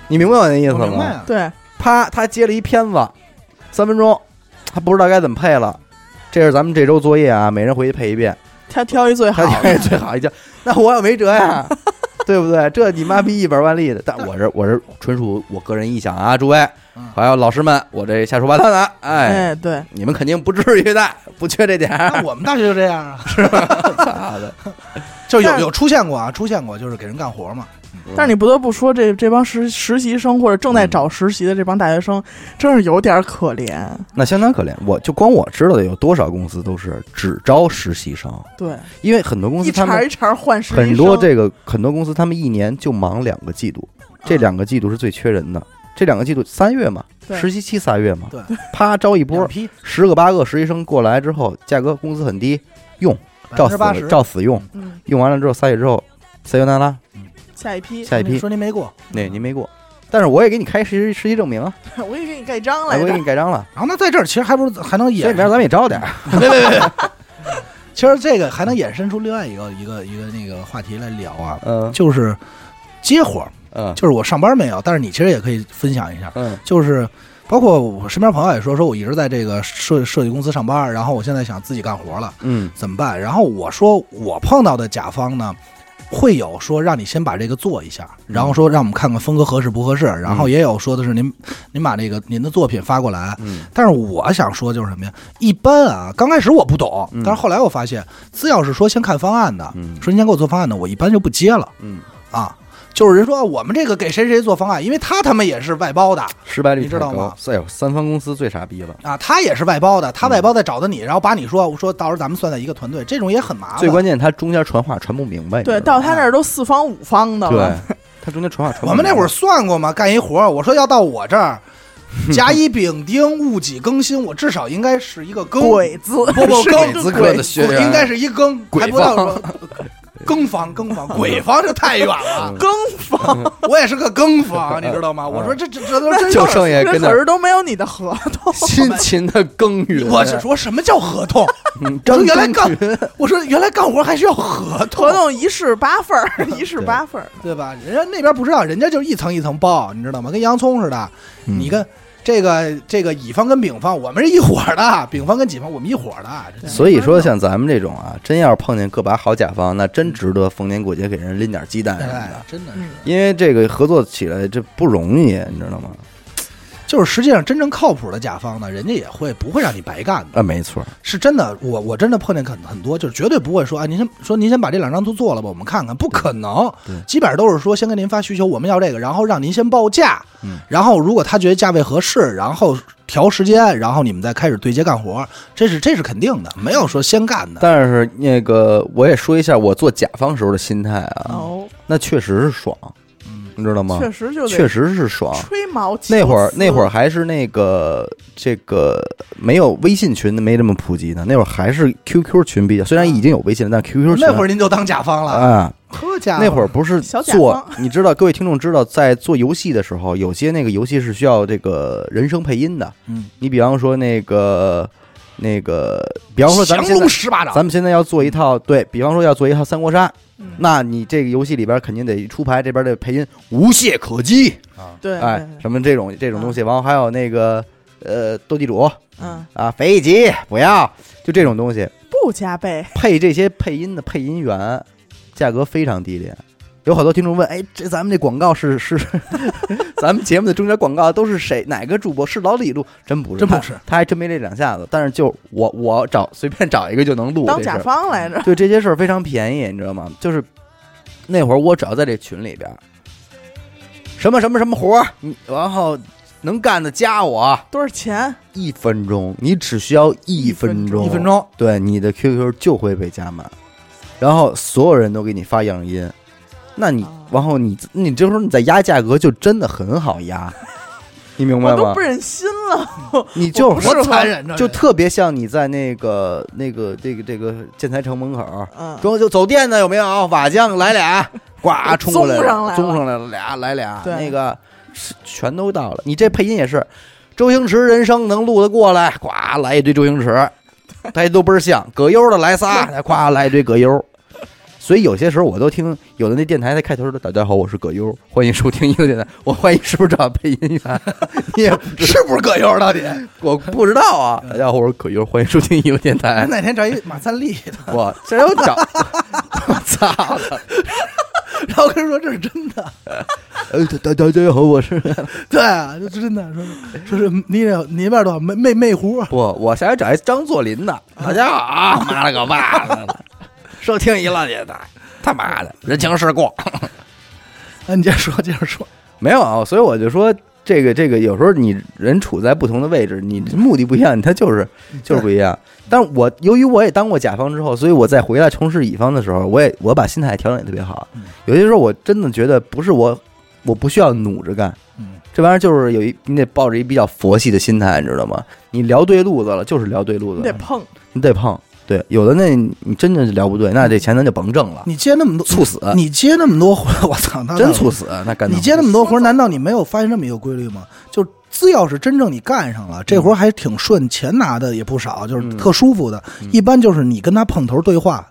A: 你明白我那意思
B: 我明白
A: 吗？
B: 啊，
C: 对，
A: 啪，他接了一片子，三分钟，他不知道该怎么配了。这是咱们这周作业啊，每人回去配一遍，
C: 他挑一最好
A: 他这最好一教。 那我也没辙 呀，对不对？这你妈逼一本万利的。但我是我是纯属我个人臆想啊，诸位
B: 嗯，
A: 还有老师们，我这瞎说八道的， 哎
C: 哎，对，
A: 你们肯定不至于的， 不缺这点
B: 那
A: 儿。
B: 我们大学就这样 啊，
A: 操的！
B: 就是有
C: 但是
B: 有出现过啊，出现过，就是给人干活嘛。
A: 嗯
C: 但是你不得不说，这这帮实实习生或者正在找实习的这帮大学生，真是有点可怜。
A: 那相当可怜，我就光我知道的有多少公司都是只招实习生，
C: 对，
A: 因为很多公
C: 一
A: 司他
C: 茬
A: 们
C: 一茬换实习生，
A: 很多这个很多公司他们一年就忙两个季度，这两个季度是最缺人的。这两个季度三月嘛，
C: 对
A: 实习期三月嘛，
B: 对，
A: 啪招一
B: 两
A: 波，
B: 批
A: 十个八个实习生过来之后，价格工资很低，用
B: 百分
A: 照
B: 之八十
A: 死，照死用，
C: 嗯，
A: 用完了之后仨月之后，塞尤那拉，
C: 下一批，
A: 下一批
B: 说您没过，
A: 那您没过，但是我也给你开实习实习证明啊，
C: 我也给你盖章
A: 哎
C: 来
A: 我也给
C: 着。
A: 你盖章了，
B: 然后那在这儿其实还不如还能
A: 这
B: 衍
A: 里面咱们也招点儿。
B: 其实这个还能衍生出另外一个一个一个那个话题来聊啊，
A: 嗯
B: 就是接活儿，
A: 嗯
B: 就是我上班没有，但是你其实也可以分享一下，
A: 嗯
B: 就是。包括我身边朋友也说，说我一直在这个设设计公司上班，然后我现在想自己干活了，
A: 嗯
B: 怎么办？然后我说我碰到的甲方呢，会有说让你先把这个做一下，
A: 嗯
B: 然后说让我们看看风格合适不合适，然后也有说的是您您把这个您的作品发过来。
A: 嗯
B: 但是我想说就是什么呀？一般啊，刚开始我不懂，
A: 嗯
B: 但是后来我发现，只要是说先看方案的，
A: 嗯
B: 说您先给我做方案的，我一般就不接了
A: 嗯，
B: 啊。就是人说啊我们这个给谁谁做方案，因为他他妈也是外包的
A: 失败率
B: 你知道吗
A: 太高？哎呦，三方公司最傻逼了，
B: 啊，他也是外包的，他外包再找的你，然后把你说我说到时候咱们算在一个团队，这种也很麻烦。
A: 最关键他中间传话传不明白。
C: 对，
A: 你知道
C: 到
A: 吗
C: 他那儿都四方五方的了。
A: 对，他中间传话传不明白。
B: 我们那会儿算过嘛，干一活儿，我说要到我这 儿，甲乙丙丁戊己庚辛，我至少应该是一个庚，
C: 鬼字，
B: 不不
A: 鬼
B: 庚
A: 子科的学员
B: 应该是一庚，
A: 鬼
B: 还不到说庚方 庚方，鬼方就太远
A: 嗯
B: 了，
C: 更方，
B: 我也是个庚方，你知道吗？我说这这这都真
A: 就
B: 有点
A: 剩下
C: 这
A: 跟那
C: 词儿
A: 儿
C: 都没有你的合同。
A: 辛勤的耕耘。
B: 我是说什么叫合同？
A: 嗯
B: 我
A: 张
B: 说原来
A: 耕
B: 干
A: 耘，
B: 我说原来干活还需要合 同
C: 合，同一式八份儿，一式八份儿。
B: 对吧？人家那边不知道，人家就是一层一层包，你知道吗？跟洋葱似的，
A: 嗯
B: 你跟这个这个乙方跟丙方，我们是一伙儿的，丙方跟己方我们一伙儿的。这
A: 所以说，像咱们这种啊，真要是碰见个把好甲方，那真值得逢年过节给人拎点鸡蛋什么
B: 哎
A: 的，，
B: 真的是，
C: 嗯
A: 因为这个合作起来这不容易，你知道吗？
B: 就是实际上真正靠谱的甲方呢，人家也会不会让你白干的，
A: 啊，没错，
B: 是真的。我我真的碰见很很多，就是绝对不会说啊，您先说您先把这两张图做了吧，我们看看，不可能
A: 对对，
B: 基本上都是说先跟您发需求，我们要这个，然后让您先报价，
A: 嗯
B: 然后如果他觉得价位合适，然后调时间，然后你们再开始对接干活，这是这是肯定的，没有说先干的。
A: 但是那个我也说一下我做甲方时候的心态啊，
C: 哦，
A: 那确实是爽，
B: 嗯
A: 你知道吗？
C: 确实就得
A: 确实是爽。
C: 吹毛求疵。
A: 那会儿那会儿还是那个这个没有微信群没这么普及呢，那会儿还是 QQ 群比较，虽然已经有微信了，但 QQ 群
B: 那会儿您就当甲方了，
A: 啊，
B: 呵家伙
A: 那会儿不是
C: 小甲
A: 做
C: 方，
A: 你知道各位听众知道，在做游戏的时候，有些那个游戏是需要这个人声配音的，
B: 嗯，
A: 你比方说那个那个，比方说咱们现
B: 降
A: 在
B: 龙十八掌，
A: 咱们现在要做一套，对比方说要做一套三国杀，
C: 嗯
A: 那你这个游戏里边肯定得出牌，这边的配音无懈可击，
C: 对，
A: 哎
C: 对，对
A: 什么这种这种东西，然后还有那个呃斗地主
C: 嗯，
A: 啊，肥吉不要，就这种东西
C: 不加倍，
A: 配这些配音的配音员，价格非常低廉，有好多听众问，哎，这咱们这广告是是， 咱们节目的中间广告都是谁哪个主播？是老李录？真不是，
B: 真不
A: 他
B: 是，
A: 他还真没这两下子。但是就我我找随便找一个就能录，
C: 当
A: 这事
C: 甲
A: 儿嗯
C: 方来着，
A: 对这些事儿非常便宜，你知道吗？就是那会儿我只要在这群里边儿，什么什么什么活儿，你然后能干的加我
C: 多少钱？
A: 一分钟，你只需要一分钟，
B: 一分，钟，
A: 对你的 QQ 就会被加满，然后所有人都给你发样音，那你
C: 哦
A: 然后你你这时候你再压价格就真的很好压，你明白
C: 我都
A: 吗
C: 不？忍心了。
A: 你就
C: 我不是
A: 我
E: 残忍着
A: 就特别像你在那个那个这个这个建材城门口儿，
C: 嗯，
A: 中就走电的有没有？瓦匠来俩， 呱冲过来
C: 综上来了
A: 综上来了俩来俩，
C: 对
A: 那个是全都到了。你这配音也是，周星驰人生能录得过来，呱来一堆周星驰，大家都倍儿像。葛优的来 仨，呱来一堆葛优。所以有些时候我都听有的那电台在开头说：“大家好，我是葛优，欢迎收听一个电台。”我怀疑是不是找配音员？ 你也不知
B: 是不是葛优到底？
A: 我不知道啊。大家好，我是葛优，欢迎收听一个电 台。
B: 哪天找一马三立的，
A: 我这又找， 我操！
B: 然后跟他说这是真的，
A: 呃，大大家好，我是
B: 对啊，这是真的，说说是你这你那边多少魅魅魅狐，
A: 不，我下来找一张作霖的。大家好啊，妈了个巴 的，收听一浪姐的，他妈的人情世故
B: 啊，你接着说，接着说，
A: 没有啊，所以我就说这个这个，有时候你人处在不同的位置，你目的不一样，他就是
B: 嗯
A: 就是不一样。但是我由于我也当过甲方之后，所以我再回来从事乙方的时候，我也我把心态调整也特别好
B: 嗯。
A: 有些时候我真的觉得不是我，我不需要努着干。
B: 嗯，
A: 这玩意儿就是有一，你得抱着一比较佛系的心态，你知道吗？你聊对路子了，就是聊对路
C: 你
A: 子
C: 得
A: 了，
C: 碰，
A: 你得碰。对，有的那你真的是聊不对，那这钱咱就甭挣了，
B: 你接那么多，
A: 猝死，啊
B: 你接那么多活， 我操，那
A: 真猝死，啊那干
B: 嗯你接那么多活，难道你没有发现这么一个规律吗？就只要是真正你干上了，这
A: 嗯
B: 活还挺顺，钱拿的也不少，就是特舒服的。
A: 嗯
B: 一般就是你跟他碰头对话，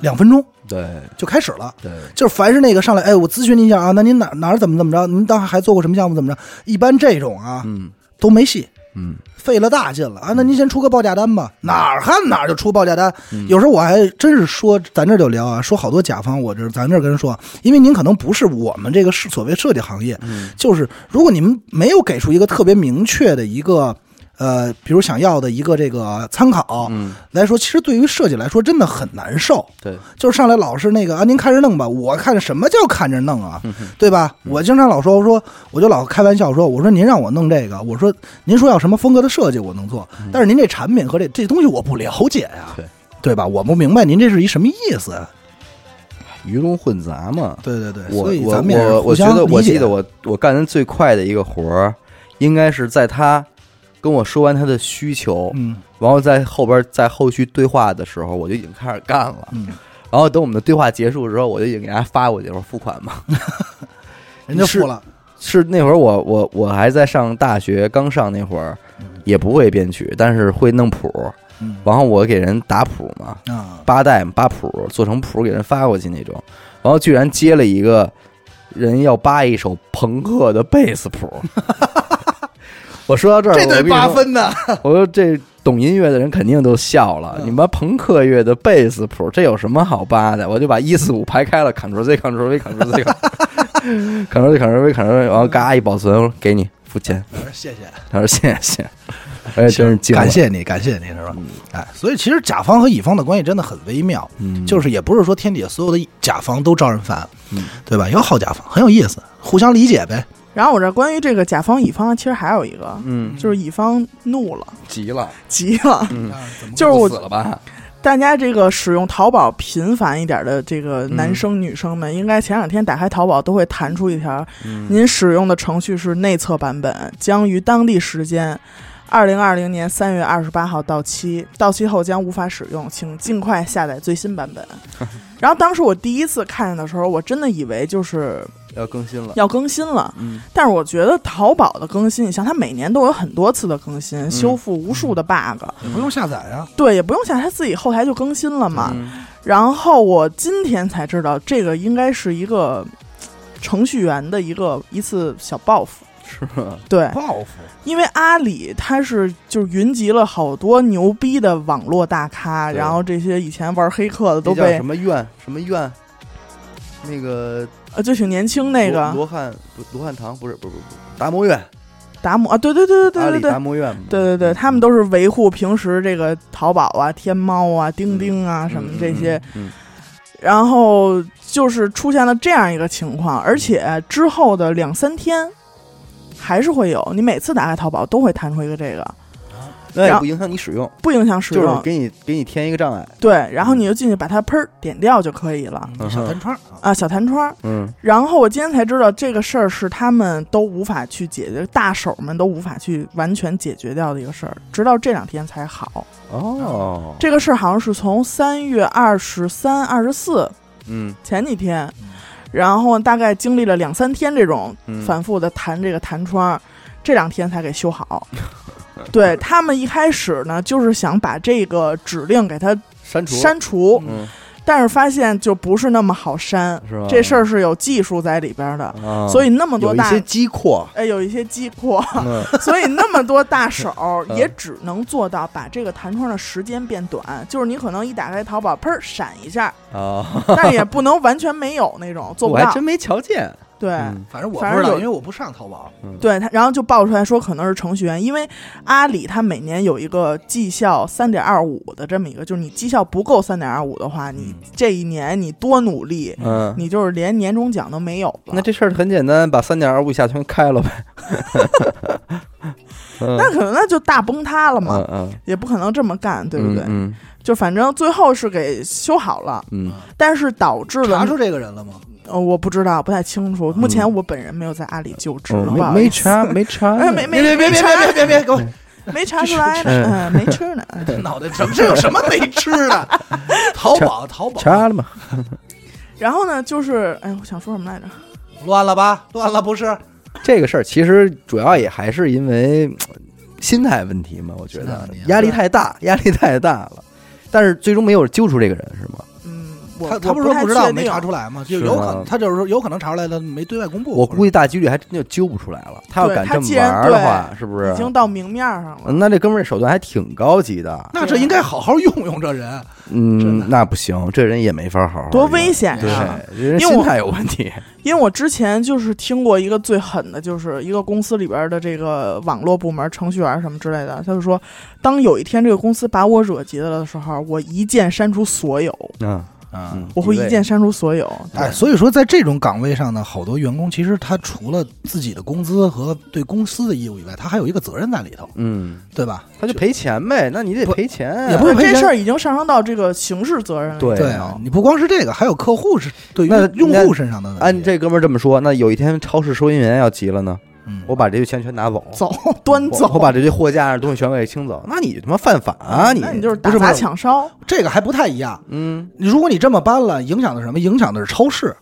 B: 两分钟
A: 对
B: 就开始了。
A: 对，
B: 就是凡是那个上来，哎，我咨询您一下啊，那您哪哪儿怎么怎么着？您当时还做过什么项目怎么着？一般这种啊
A: 嗯
B: 都没戏，
A: 嗯，
B: 费了大劲了啊！那您先出个报价单吧，哪儿看哪儿就出报价单。
A: 嗯
B: 有时候我还真是说，咱这就聊啊，说好多甲方，我这咱这跟人说，因为您可能不是我们这个是所谓设计行业，
A: 嗯
B: 就是如果你们没有给出一个特别明确的一个。呃，比如想要的一个这个参考、
A: 嗯
B: 来说，其实对于设计来说真的很难受。
A: 对，
B: 就是上来老是那个啊，您看着弄吧，我看着什么叫看着弄
A: 嗯
B: 啊，对吧？我经常老说，我说我就老开玩笑说，我说您让我弄这个，我说您说要什么风格的设计我能做，但是您这产品和这这东西我不了解呀、
A: 嗯对
B: 对吧？我不明白您这是一什么意思。啊
A: 鱼龙混杂嘛。
B: 对对对，
A: 我
B: 所以
A: 我
B: 咱们也是
A: 我
B: 互
A: 我
B: 相
A: 觉得我
B: 理解
A: 记得我我干的最快的一个活儿，应该是在他跟我说完他的需求，
B: 嗯
A: 然后在后边在后续对话的时候，我就已经开始干了。
B: 嗯，
A: 然后等我们的对话结束之后，我就已经给大家发过去，我说付款嘛。
B: 人家
A: 是
B: 付了，
A: 是那会儿我我我还在上大学，刚上那会儿也不会编曲，但是会弄谱。
B: 嗯
A: 然后我给人打谱嘛，
B: 啊，
A: 八代嘛八谱做成谱给人发过去那种。然后居然接了一个人要扒一首朋克的贝斯谱。 我说到这儿，
E: 这
A: 我
E: 对
A: 跟你说
E: 八分呢？
A: 我说这懂音乐的人肯定都笑了，你妈朋克乐的贝斯谱，这有什么好扒的？我就把一四五排开了，Ctrl Z，Ctrl V，Ctrl Z，Ctrl Z，Ctrl V，Ctrl V，然后嘎一保存，我说给你付钱。
B: 我说 谢谢。
A: 他说谢谢，哎，真是惊了嗯
B: 感。谢你，感谢你，是吧？哎，所以其实甲方和乙方的关系真的很微妙，
A: 嗯
B: 就是也不是说天底下所有的甲方都招人烦，对吧？有好甲方，很有意思，互相理解呗。
C: 然后我这关于这个甲方乙方，其实还有一个，
A: 嗯，
C: 就是乙方怒了，
A: 急了，
C: 急了。
A: 嗯
B: 啊
C: 就是我
A: 死了吧？
C: 大家这个使用淘宝频繁一点的这个男生女生们，应该前两天打开淘宝都会弹出一条：您使用的程序是内测版本，将于当地时间二零二零年三月二十八号到期，到期后将无法使用，请尽快下载最新版本。然后当时我第一次看见的时候，我真的以为就是
A: 要更新了，
C: 要更新了，
A: 嗯
C: 但是我觉得淘宝的更新，你像它每年都有很多次的更新，修复无数的 bug，、
B: 也不用下载啊，
A: 嗯
C: 对，也不用下，它自己后台就更新了嘛。然后我今天才知道，这个应该是一个嘖程序员的一个一次小报复。
A: 是吗？
C: 对，
B: 报复
C: 因为阿里它是就是云集了好多牛逼的网络大咖，
A: 对
C: 然后这些以前玩黑客的都
A: 那叫
C: 被
A: 什么怨？什么怨？那个
C: 呃，就挺年轻那
A: 罗
C: 个
A: 罗汉不罗汉堂不是不是不是不是达摩院，
C: 达摩啊，对对对
A: 阿
C: 对对
A: 里
C: 对
A: 达
C: 对。
A: 摩院嘛，嗯
C: 对对对，他们都是维护平时这个淘宝啊、天猫啊、钉钉啊什么这些，
A: 嗯，嗯，
C: 然后就是出现了这样一个情况，而且之后的两三天还是会有，你每次打开淘宝都会弹出一个这个，
A: 嗯那也
C: 然
A: 不影响你使用，
C: 不影响使
A: 就
C: 用，
A: 是给你给你添一个障碍，
C: 对，然后你就进去把它喷儿点掉就可以了。
A: 嗯
B: 小
A: 哼
B: 弹窗啊，
C: 啊，小弹窗儿。
A: 嗯
C: 然后我今天才知道，这个事儿是他们都无法去解决，大手们都无法去完全解决掉的一个事儿，直到这两天才好。
A: 哦，
C: 这个事儿好像是从三月二十三、二十四
A: 嗯
C: 前几天，然后大概经历了两三天这种
A: 嗯，
C: 反复的弹这个弹窗，这两天才给 修好。对他们一开始呢，就是想把这个指令给它
A: 删除
C: 删除，
A: 嗯
C: 但是发现就不是那么好删，
A: 是吧？
C: 这事儿是有技术在里边的，
A: 啊，
C: 所以那么多
A: 有一
C: 大
A: 些机括，
C: 哎有一些机括，
A: 嗯
C: 所以那么多大手
A: 嗯
C: 也只能做到把这个弹窗的时间变短，就是你可能一打开淘宝，砰儿闪一 下，
A: 啊，
C: 但也不能完全没有那种做不
A: 我还
C: 到。
A: 真没瞧见，
C: 对、
A: 嗯
B: 反正我
C: 反
B: 不
C: 正
B: 知道，
C: 有
B: 因为我不上淘宝。
C: 对，他然后就爆出来说可能是程序员，因为阿里它每年有一个绩效三点二五的这么一个，就是你绩效不够三点二五的话，
B: 嗯
C: 你这一年你多努力，
A: 嗯。
C: 你就是连年终奖都没有了。
A: 那这事儿很简单，把三点二五以下全开了 呗。嗯
C: 那可能那就大崩塌了嘛，
A: 嗯嗯，
C: 也不可能这么干，对不对？
A: 嗯
C: 就反正最后是给修好了，
A: 嗯
C: 但是导致了
B: 查出这个人了吗？
C: 呃，我不知道，不太清楚。目
B: 嗯
C: 前我本人没有在阿里就
B: 哦
C: 职，
A: 嗯，
C: 不
A: 没
C: 好意
A: 没
C: 思
A: 查没查
C: 哎
A: 呢，
C: 没没
B: 别别别别
C: 查
B: 别别别给我
C: 没查出来呢，
A: 嗯
C: 嗯，没吃呢。
B: 脑袋什么这有什么没吃 的？淘宝淘宝
A: 查了吗？
C: 然后呢，就是哎，我想说什么来着？
B: 乱了吧？乱了不是？
A: 这个事儿其实主要也还是因为呃心态问题嘛，我觉
B: 心态
A: 得
B: 问题啊
A: 压力太大，压力太大了。但是最终没有揪出这个人是吗？
C: 嗯，我
B: 他他
C: 我
B: 不是说
C: 太
B: 不知道
C: 确
B: 没
C: 定
B: 查出来吗？就是有
A: 吗
B: 可能他就是说有可能查出来了，没对外公布。
A: 啊我估
B: 计
A: 计大几率还真就揪不出来了。他要
C: 对
A: 敢
C: 他
A: 这么
C: 既然
A: 玩儿的话，是不是嗯
C: 已？经到明面上
B: 嗯
C: 了。
A: 那这哥们儿手段还挺高级的。
B: 那
C: 啊
B: 这应该好好用用这人。真
A: 嗯，
B: 的
A: 那不行，这人也没法好好
C: 多
A: 用
C: 危险
A: 对
C: 呀！，
A: 这人
C: 因为
A: 心
C: 我
A: 态有问题。
C: 因为我之前就是听过一个最狠的，就是一个公司里边的这个网络部门、程序员什么之类的，他就说，当有一天这个公司把我惹急了的时候，我一键删除所有，
A: 嗯，
B: 嗯，
C: 我会一键删除所有。
B: 哎，所以说在这种岗位上呢，好多员工其实他除了自己的工资和对公司的义务以外，他还有一个责任在里头，
A: 嗯，
B: 对吧？
A: 他就赔钱呗，那你得
B: 不
A: 赔钱啊，
B: 也不
C: 不是
B: 赔
C: 这
B: 钱
C: 事儿已经上升到这个刑事责任了。
A: 对
B: 对啊，你不光是这个，还有客户是对于
A: 那
B: 用户身上的问题。
A: 按嗯这哥们儿这么说，那有一天超市收银员要急了呢，
B: 嗯，
A: 我把这些钱全拿走，
C: 走，端
A: 我
C: 走，
A: 我把这些货架上的东西全给清走，那你他妈犯法啊你！
C: 那你就是
B: 不
C: 打
B: 是不
C: 砸
B: 是
C: 抢烧。
B: 这个还不太一样。
A: 嗯
B: 如果你这么搬了，影响的是什么？影响的是超市。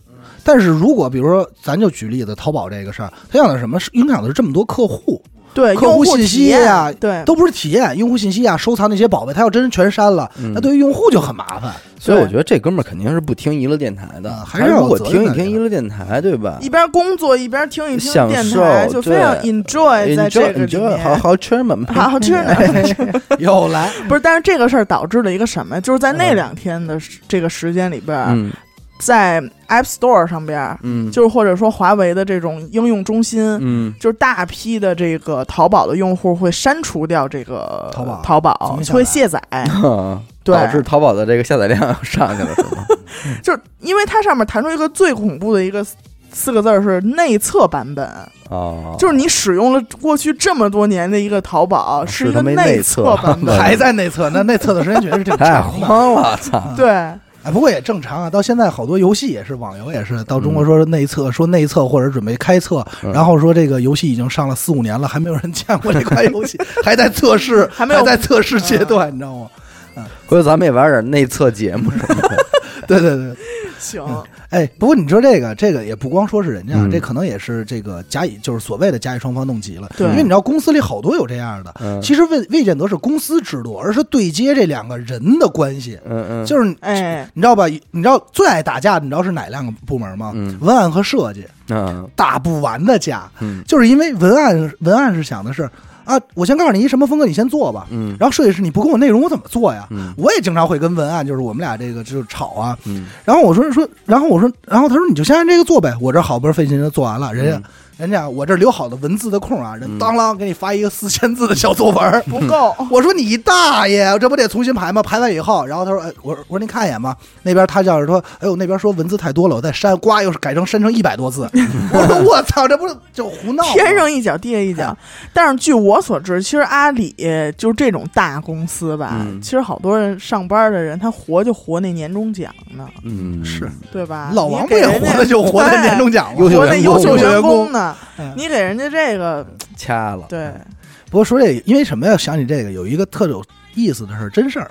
B: 但是如果比如说，咱就举例子，淘宝这个事儿，它影响的是什么？是影响的是这么多客户，
C: 对，
B: 客
C: 用
B: 户
C: 户
B: 信
C: 体
B: 息
C: 验
B: 啊
A: 嗯
C: 对，
B: 都不是体验用户信息啊，收藏那些宝贝，它要真全删了，
A: 嗯
B: 那对于用户就很麻 烦。
A: 所以我觉得这哥们儿肯定是不听娱乐电台的，
B: 嗯还
A: 还
B: 是要
A: 如果
B: 有责
A: 听
B: 任
A: 一
B: 的
A: 听娱乐电台，对吧？
C: 一边工作一边听一听
A: 享
C: 电
A: 受
C: 台，就非常
A: 对
C: enjoy 在这
A: enjoy
C: 个里
A: enjoy，好
C: 面。
A: 好吃嘛，
C: 好好吃呢，
B: 又来，
C: 不是，但是这个事儿导致了一个什么？就是在那两天的时这个时间里边，
A: 嗯
C: 在 App Store 上边儿，
A: 嗯，
C: 就是或者说华为的这种应用中心，
A: 嗯
C: 就是大批的这个淘宝的用户会删除掉这个
B: 淘宝
C: 淘宝
B: 重新下载
C: 会卸载，
A: 啊
C: 对
A: 导致淘宝的这个下载量上去了，是吗？
C: 就是因为它上面弹出一个最恐怖的一个四个字儿是内测版本，
A: 啊，
C: 就是你使用了过去这么多年的一个淘宝，
A: 是
C: 是一个
A: 他妈内测
C: 测 版本，
B: 还在内测，那内测的时间确实挺
A: 太
B: 长的。
A: 慌了，操！
C: 对。
B: 哎，不过也正常啊。到现在好多游戏也是，网游也是，到中国说是内测，说内测或者准备开测，
A: 嗯
B: 然后说这个游戏已经上了四五年了，还没有人见过这款游戏，还在测试，
C: 还没有
B: 在测试阶段，你知道吗？
A: 回头咱们也玩点内测节目什么的，
B: 对对对，
C: 行，
B: 哎，不过你说这个，这个也不光说是人家，
A: 嗯
B: 这可能也是这个甲乙，就是所谓的甲乙双方弄急了。
C: 对
B: 因为你知道公司里好多有这样的，
A: 嗯
B: 其实未未见得是公司制度，而是对接这两个人的关系。
A: 嗯嗯，
B: 就是你
C: 哎，
B: 你知道吧？你知道最爱打架，你知道是哪两个部门吗？
A: 嗯
B: 文案和设计
A: 嗯
B: 打不完的架，
A: 嗯
B: 就是因为文案文案是想的是。啊，我先告诉你一什么风格，你先做吧。
A: 嗯
B: 然后设计师，你不给我内容，我怎么做呀？
A: 嗯
B: 我也经常会跟文案，就是我们俩这个就是吵啊。
A: 嗯
B: 然后我说说，然后我说，然后他说你就先按这个做呗。我这好不容易费劲就做完了，人家、
A: 嗯
B: 人家我这留好的文字的空啊，人当啷给你发一个四千字的小作文儿，
C: 不 够，
B: 我说你大爷，我这不得重新排吗？排完以后，然后他说，哎，我说我说您看一眼吧。那边他叫着说，哎呦，那边说文字太多了，我再删，呱又是改成删成一百多 字。我说我操，这不是就胡闹吗？
C: 天上一脚地下一脚。但是据我所知，其实阿里就是这种大公司吧，
A: 嗯
C: 其实好多人上班的人，他活就活那年终奖呢，
A: 嗯，
B: 是
C: 对吧？
B: 老王
C: 你
B: 不
C: 给
B: 也
C: 人
B: 活
C: 家哎
B: 的就活在年终奖吗
A: 优？秀
C: 活那
A: 员
C: 优
A: 工
C: 秀
B: 优秀
C: 员
B: 员
C: 工
B: 工
C: 呢
B: 嗯？
C: 你给人家这个
A: 掐了，
C: 对，
B: 不过说这，因为什么呀？想起这个，有一个特有意思的事儿，真事儿，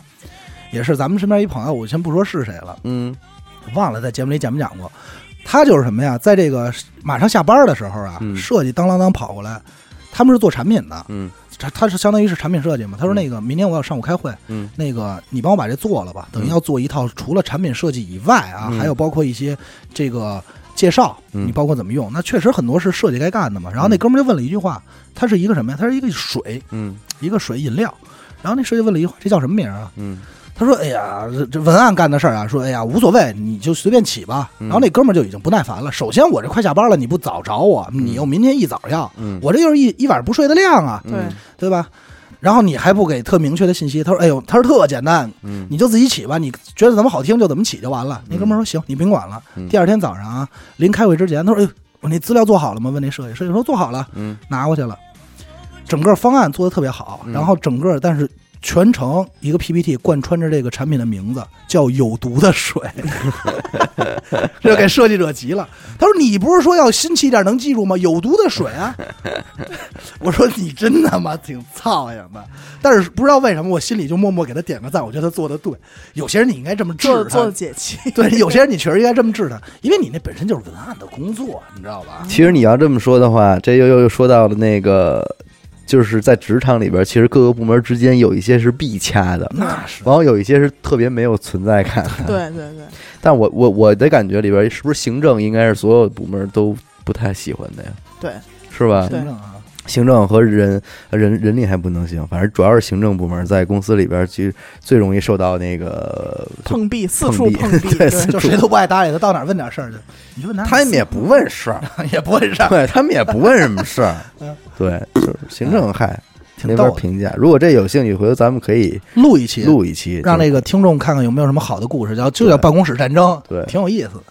B: 也是咱们身边一朋友，我先不说是谁了，
A: 嗯
B: 忘了在节目里讲没讲过。他就是什么呀？在这个马上下班的时候啊，
A: 嗯
B: 设计当啷当跑过来，他们是做产品的，
A: 嗯
B: 他他是相当于是产品设计嘛。他说
A: 嗯
B: 那个明天我要上午开会，
A: 嗯
B: 那个你帮我把这做了吧，等于要做一套除了产品设计以外啊，
A: 嗯
B: 还有包括一些这个介绍，
A: 嗯
B: 你包括怎么用。那确实很多是设计该干的嘛。然后那
A: 嗯
B: 哥们儿就问了一句话，他是一个什么呀？他是一个水，
A: 嗯
B: 一个水饮料。然后那设计问了一句话，这叫什么名儿啊？
A: 嗯
B: 他说：“哎呀，这这文案干的事儿啊，说哎呀无所谓，你就随便起吧。”
A: 嗯
B: 然后那哥们儿就已经不耐烦了。首先我这快下班了，你不早找我，你又明天一早要，
A: 嗯
B: 我这就是一一晚上不睡的量啊，
C: 对
A: 嗯
B: 对吧？然后你还不给特明确的信息，他说：“哎呦，他说特简单，
A: 嗯
B: 你就自己起吧，你觉得怎么好听就怎么起就完了。”那哥们儿说：“行，你甭管了。
A: 嗯
B: 第二天早上啊，临开会之前，他说：“哎呦，我那资料做好了吗？”问那设计，设计说做好了，
A: 嗯
B: 拿过去了。整个方案做的特别好，
A: 嗯
B: 然后整个但是全程一个 PPT 贯穿着这个产品的名字叫“有毒的水”， 这给设计者急了。他说：“你不是说要新奇一点能记住吗？有毒的水啊！” 我说：“你真他妈挺操心的。”但是不知道为什么，我心里就默默给他点个赞，我觉得他做的对。有些人你应该这么治
C: 做做
B: 他，
C: 解气，
B: 对，有些人你确实应该这么治他，因为你那本身就是文案的工作，你知道吧？
A: 其实你要这么说的话，这又又又说到了那个，就是在职场里边，其实各个部门之间有一些是必掐的，
B: 那是
A: 然后有一些是特别没有存在感 的。
C: 对对对，
A: 但我我我的感觉里边，是不是行政应该是所有部门都不太喜欢的呀？
C: 对，
A: 是吧？
C: 对
B: 真正啊。
A: 行政和人人人力还不能行，反正主要是行政部门在公司里边其实最容易受到那个，
C: 碰壁，四
A: 碰
C: 处
A: 壁
C: 碰壁，
A: 对
C: 对
A: 四
B: 就谁都不爱搭理他，到哪儿问点事儿去。你说哪有
A: 他们也不问事儿，
B: 也不会上，
A: 对他们也不问什么事儿
B: 嗯，
A: 对，就是行政嗨，没
B: 挺
A: 法
B: 逗的。
A: 评价。如果这有兴趣，回头咱们可以
B: 录一期，
A: 录一期，
B: 让
A: 就是
B: 那个听众看看有没有什么好的故事，叫就叫
A: 对
B: 办公室战争，
A: 对
B: 挺有意思的，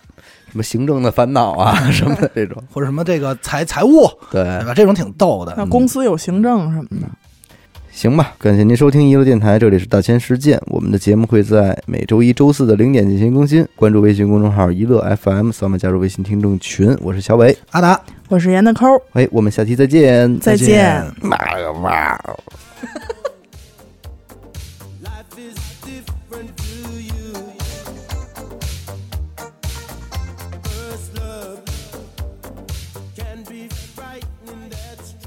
A: 什么行政的烦恼啊
B: 嗯
A: 什么的这 种，
B: 或者什么这个财财务，
A: 对
B: 对，吧？这种挺逗的。
C: 那公司有行政什么的，
A: 行吧。感谢您收听一路电台，这里是大千世界，我们的节目会在每周一、周四的零点进行更新。关注微信公众号“一乐 FM”，扫码加入微信听众群。我是小伟，
B: 阿达，
C: 我是严的抠儿，
A: 哎，我们下期再见，
C: 再见。
A: 妈
B: 哎
A: 呀妈！
F: Life is different to you. First love can be frightening, that's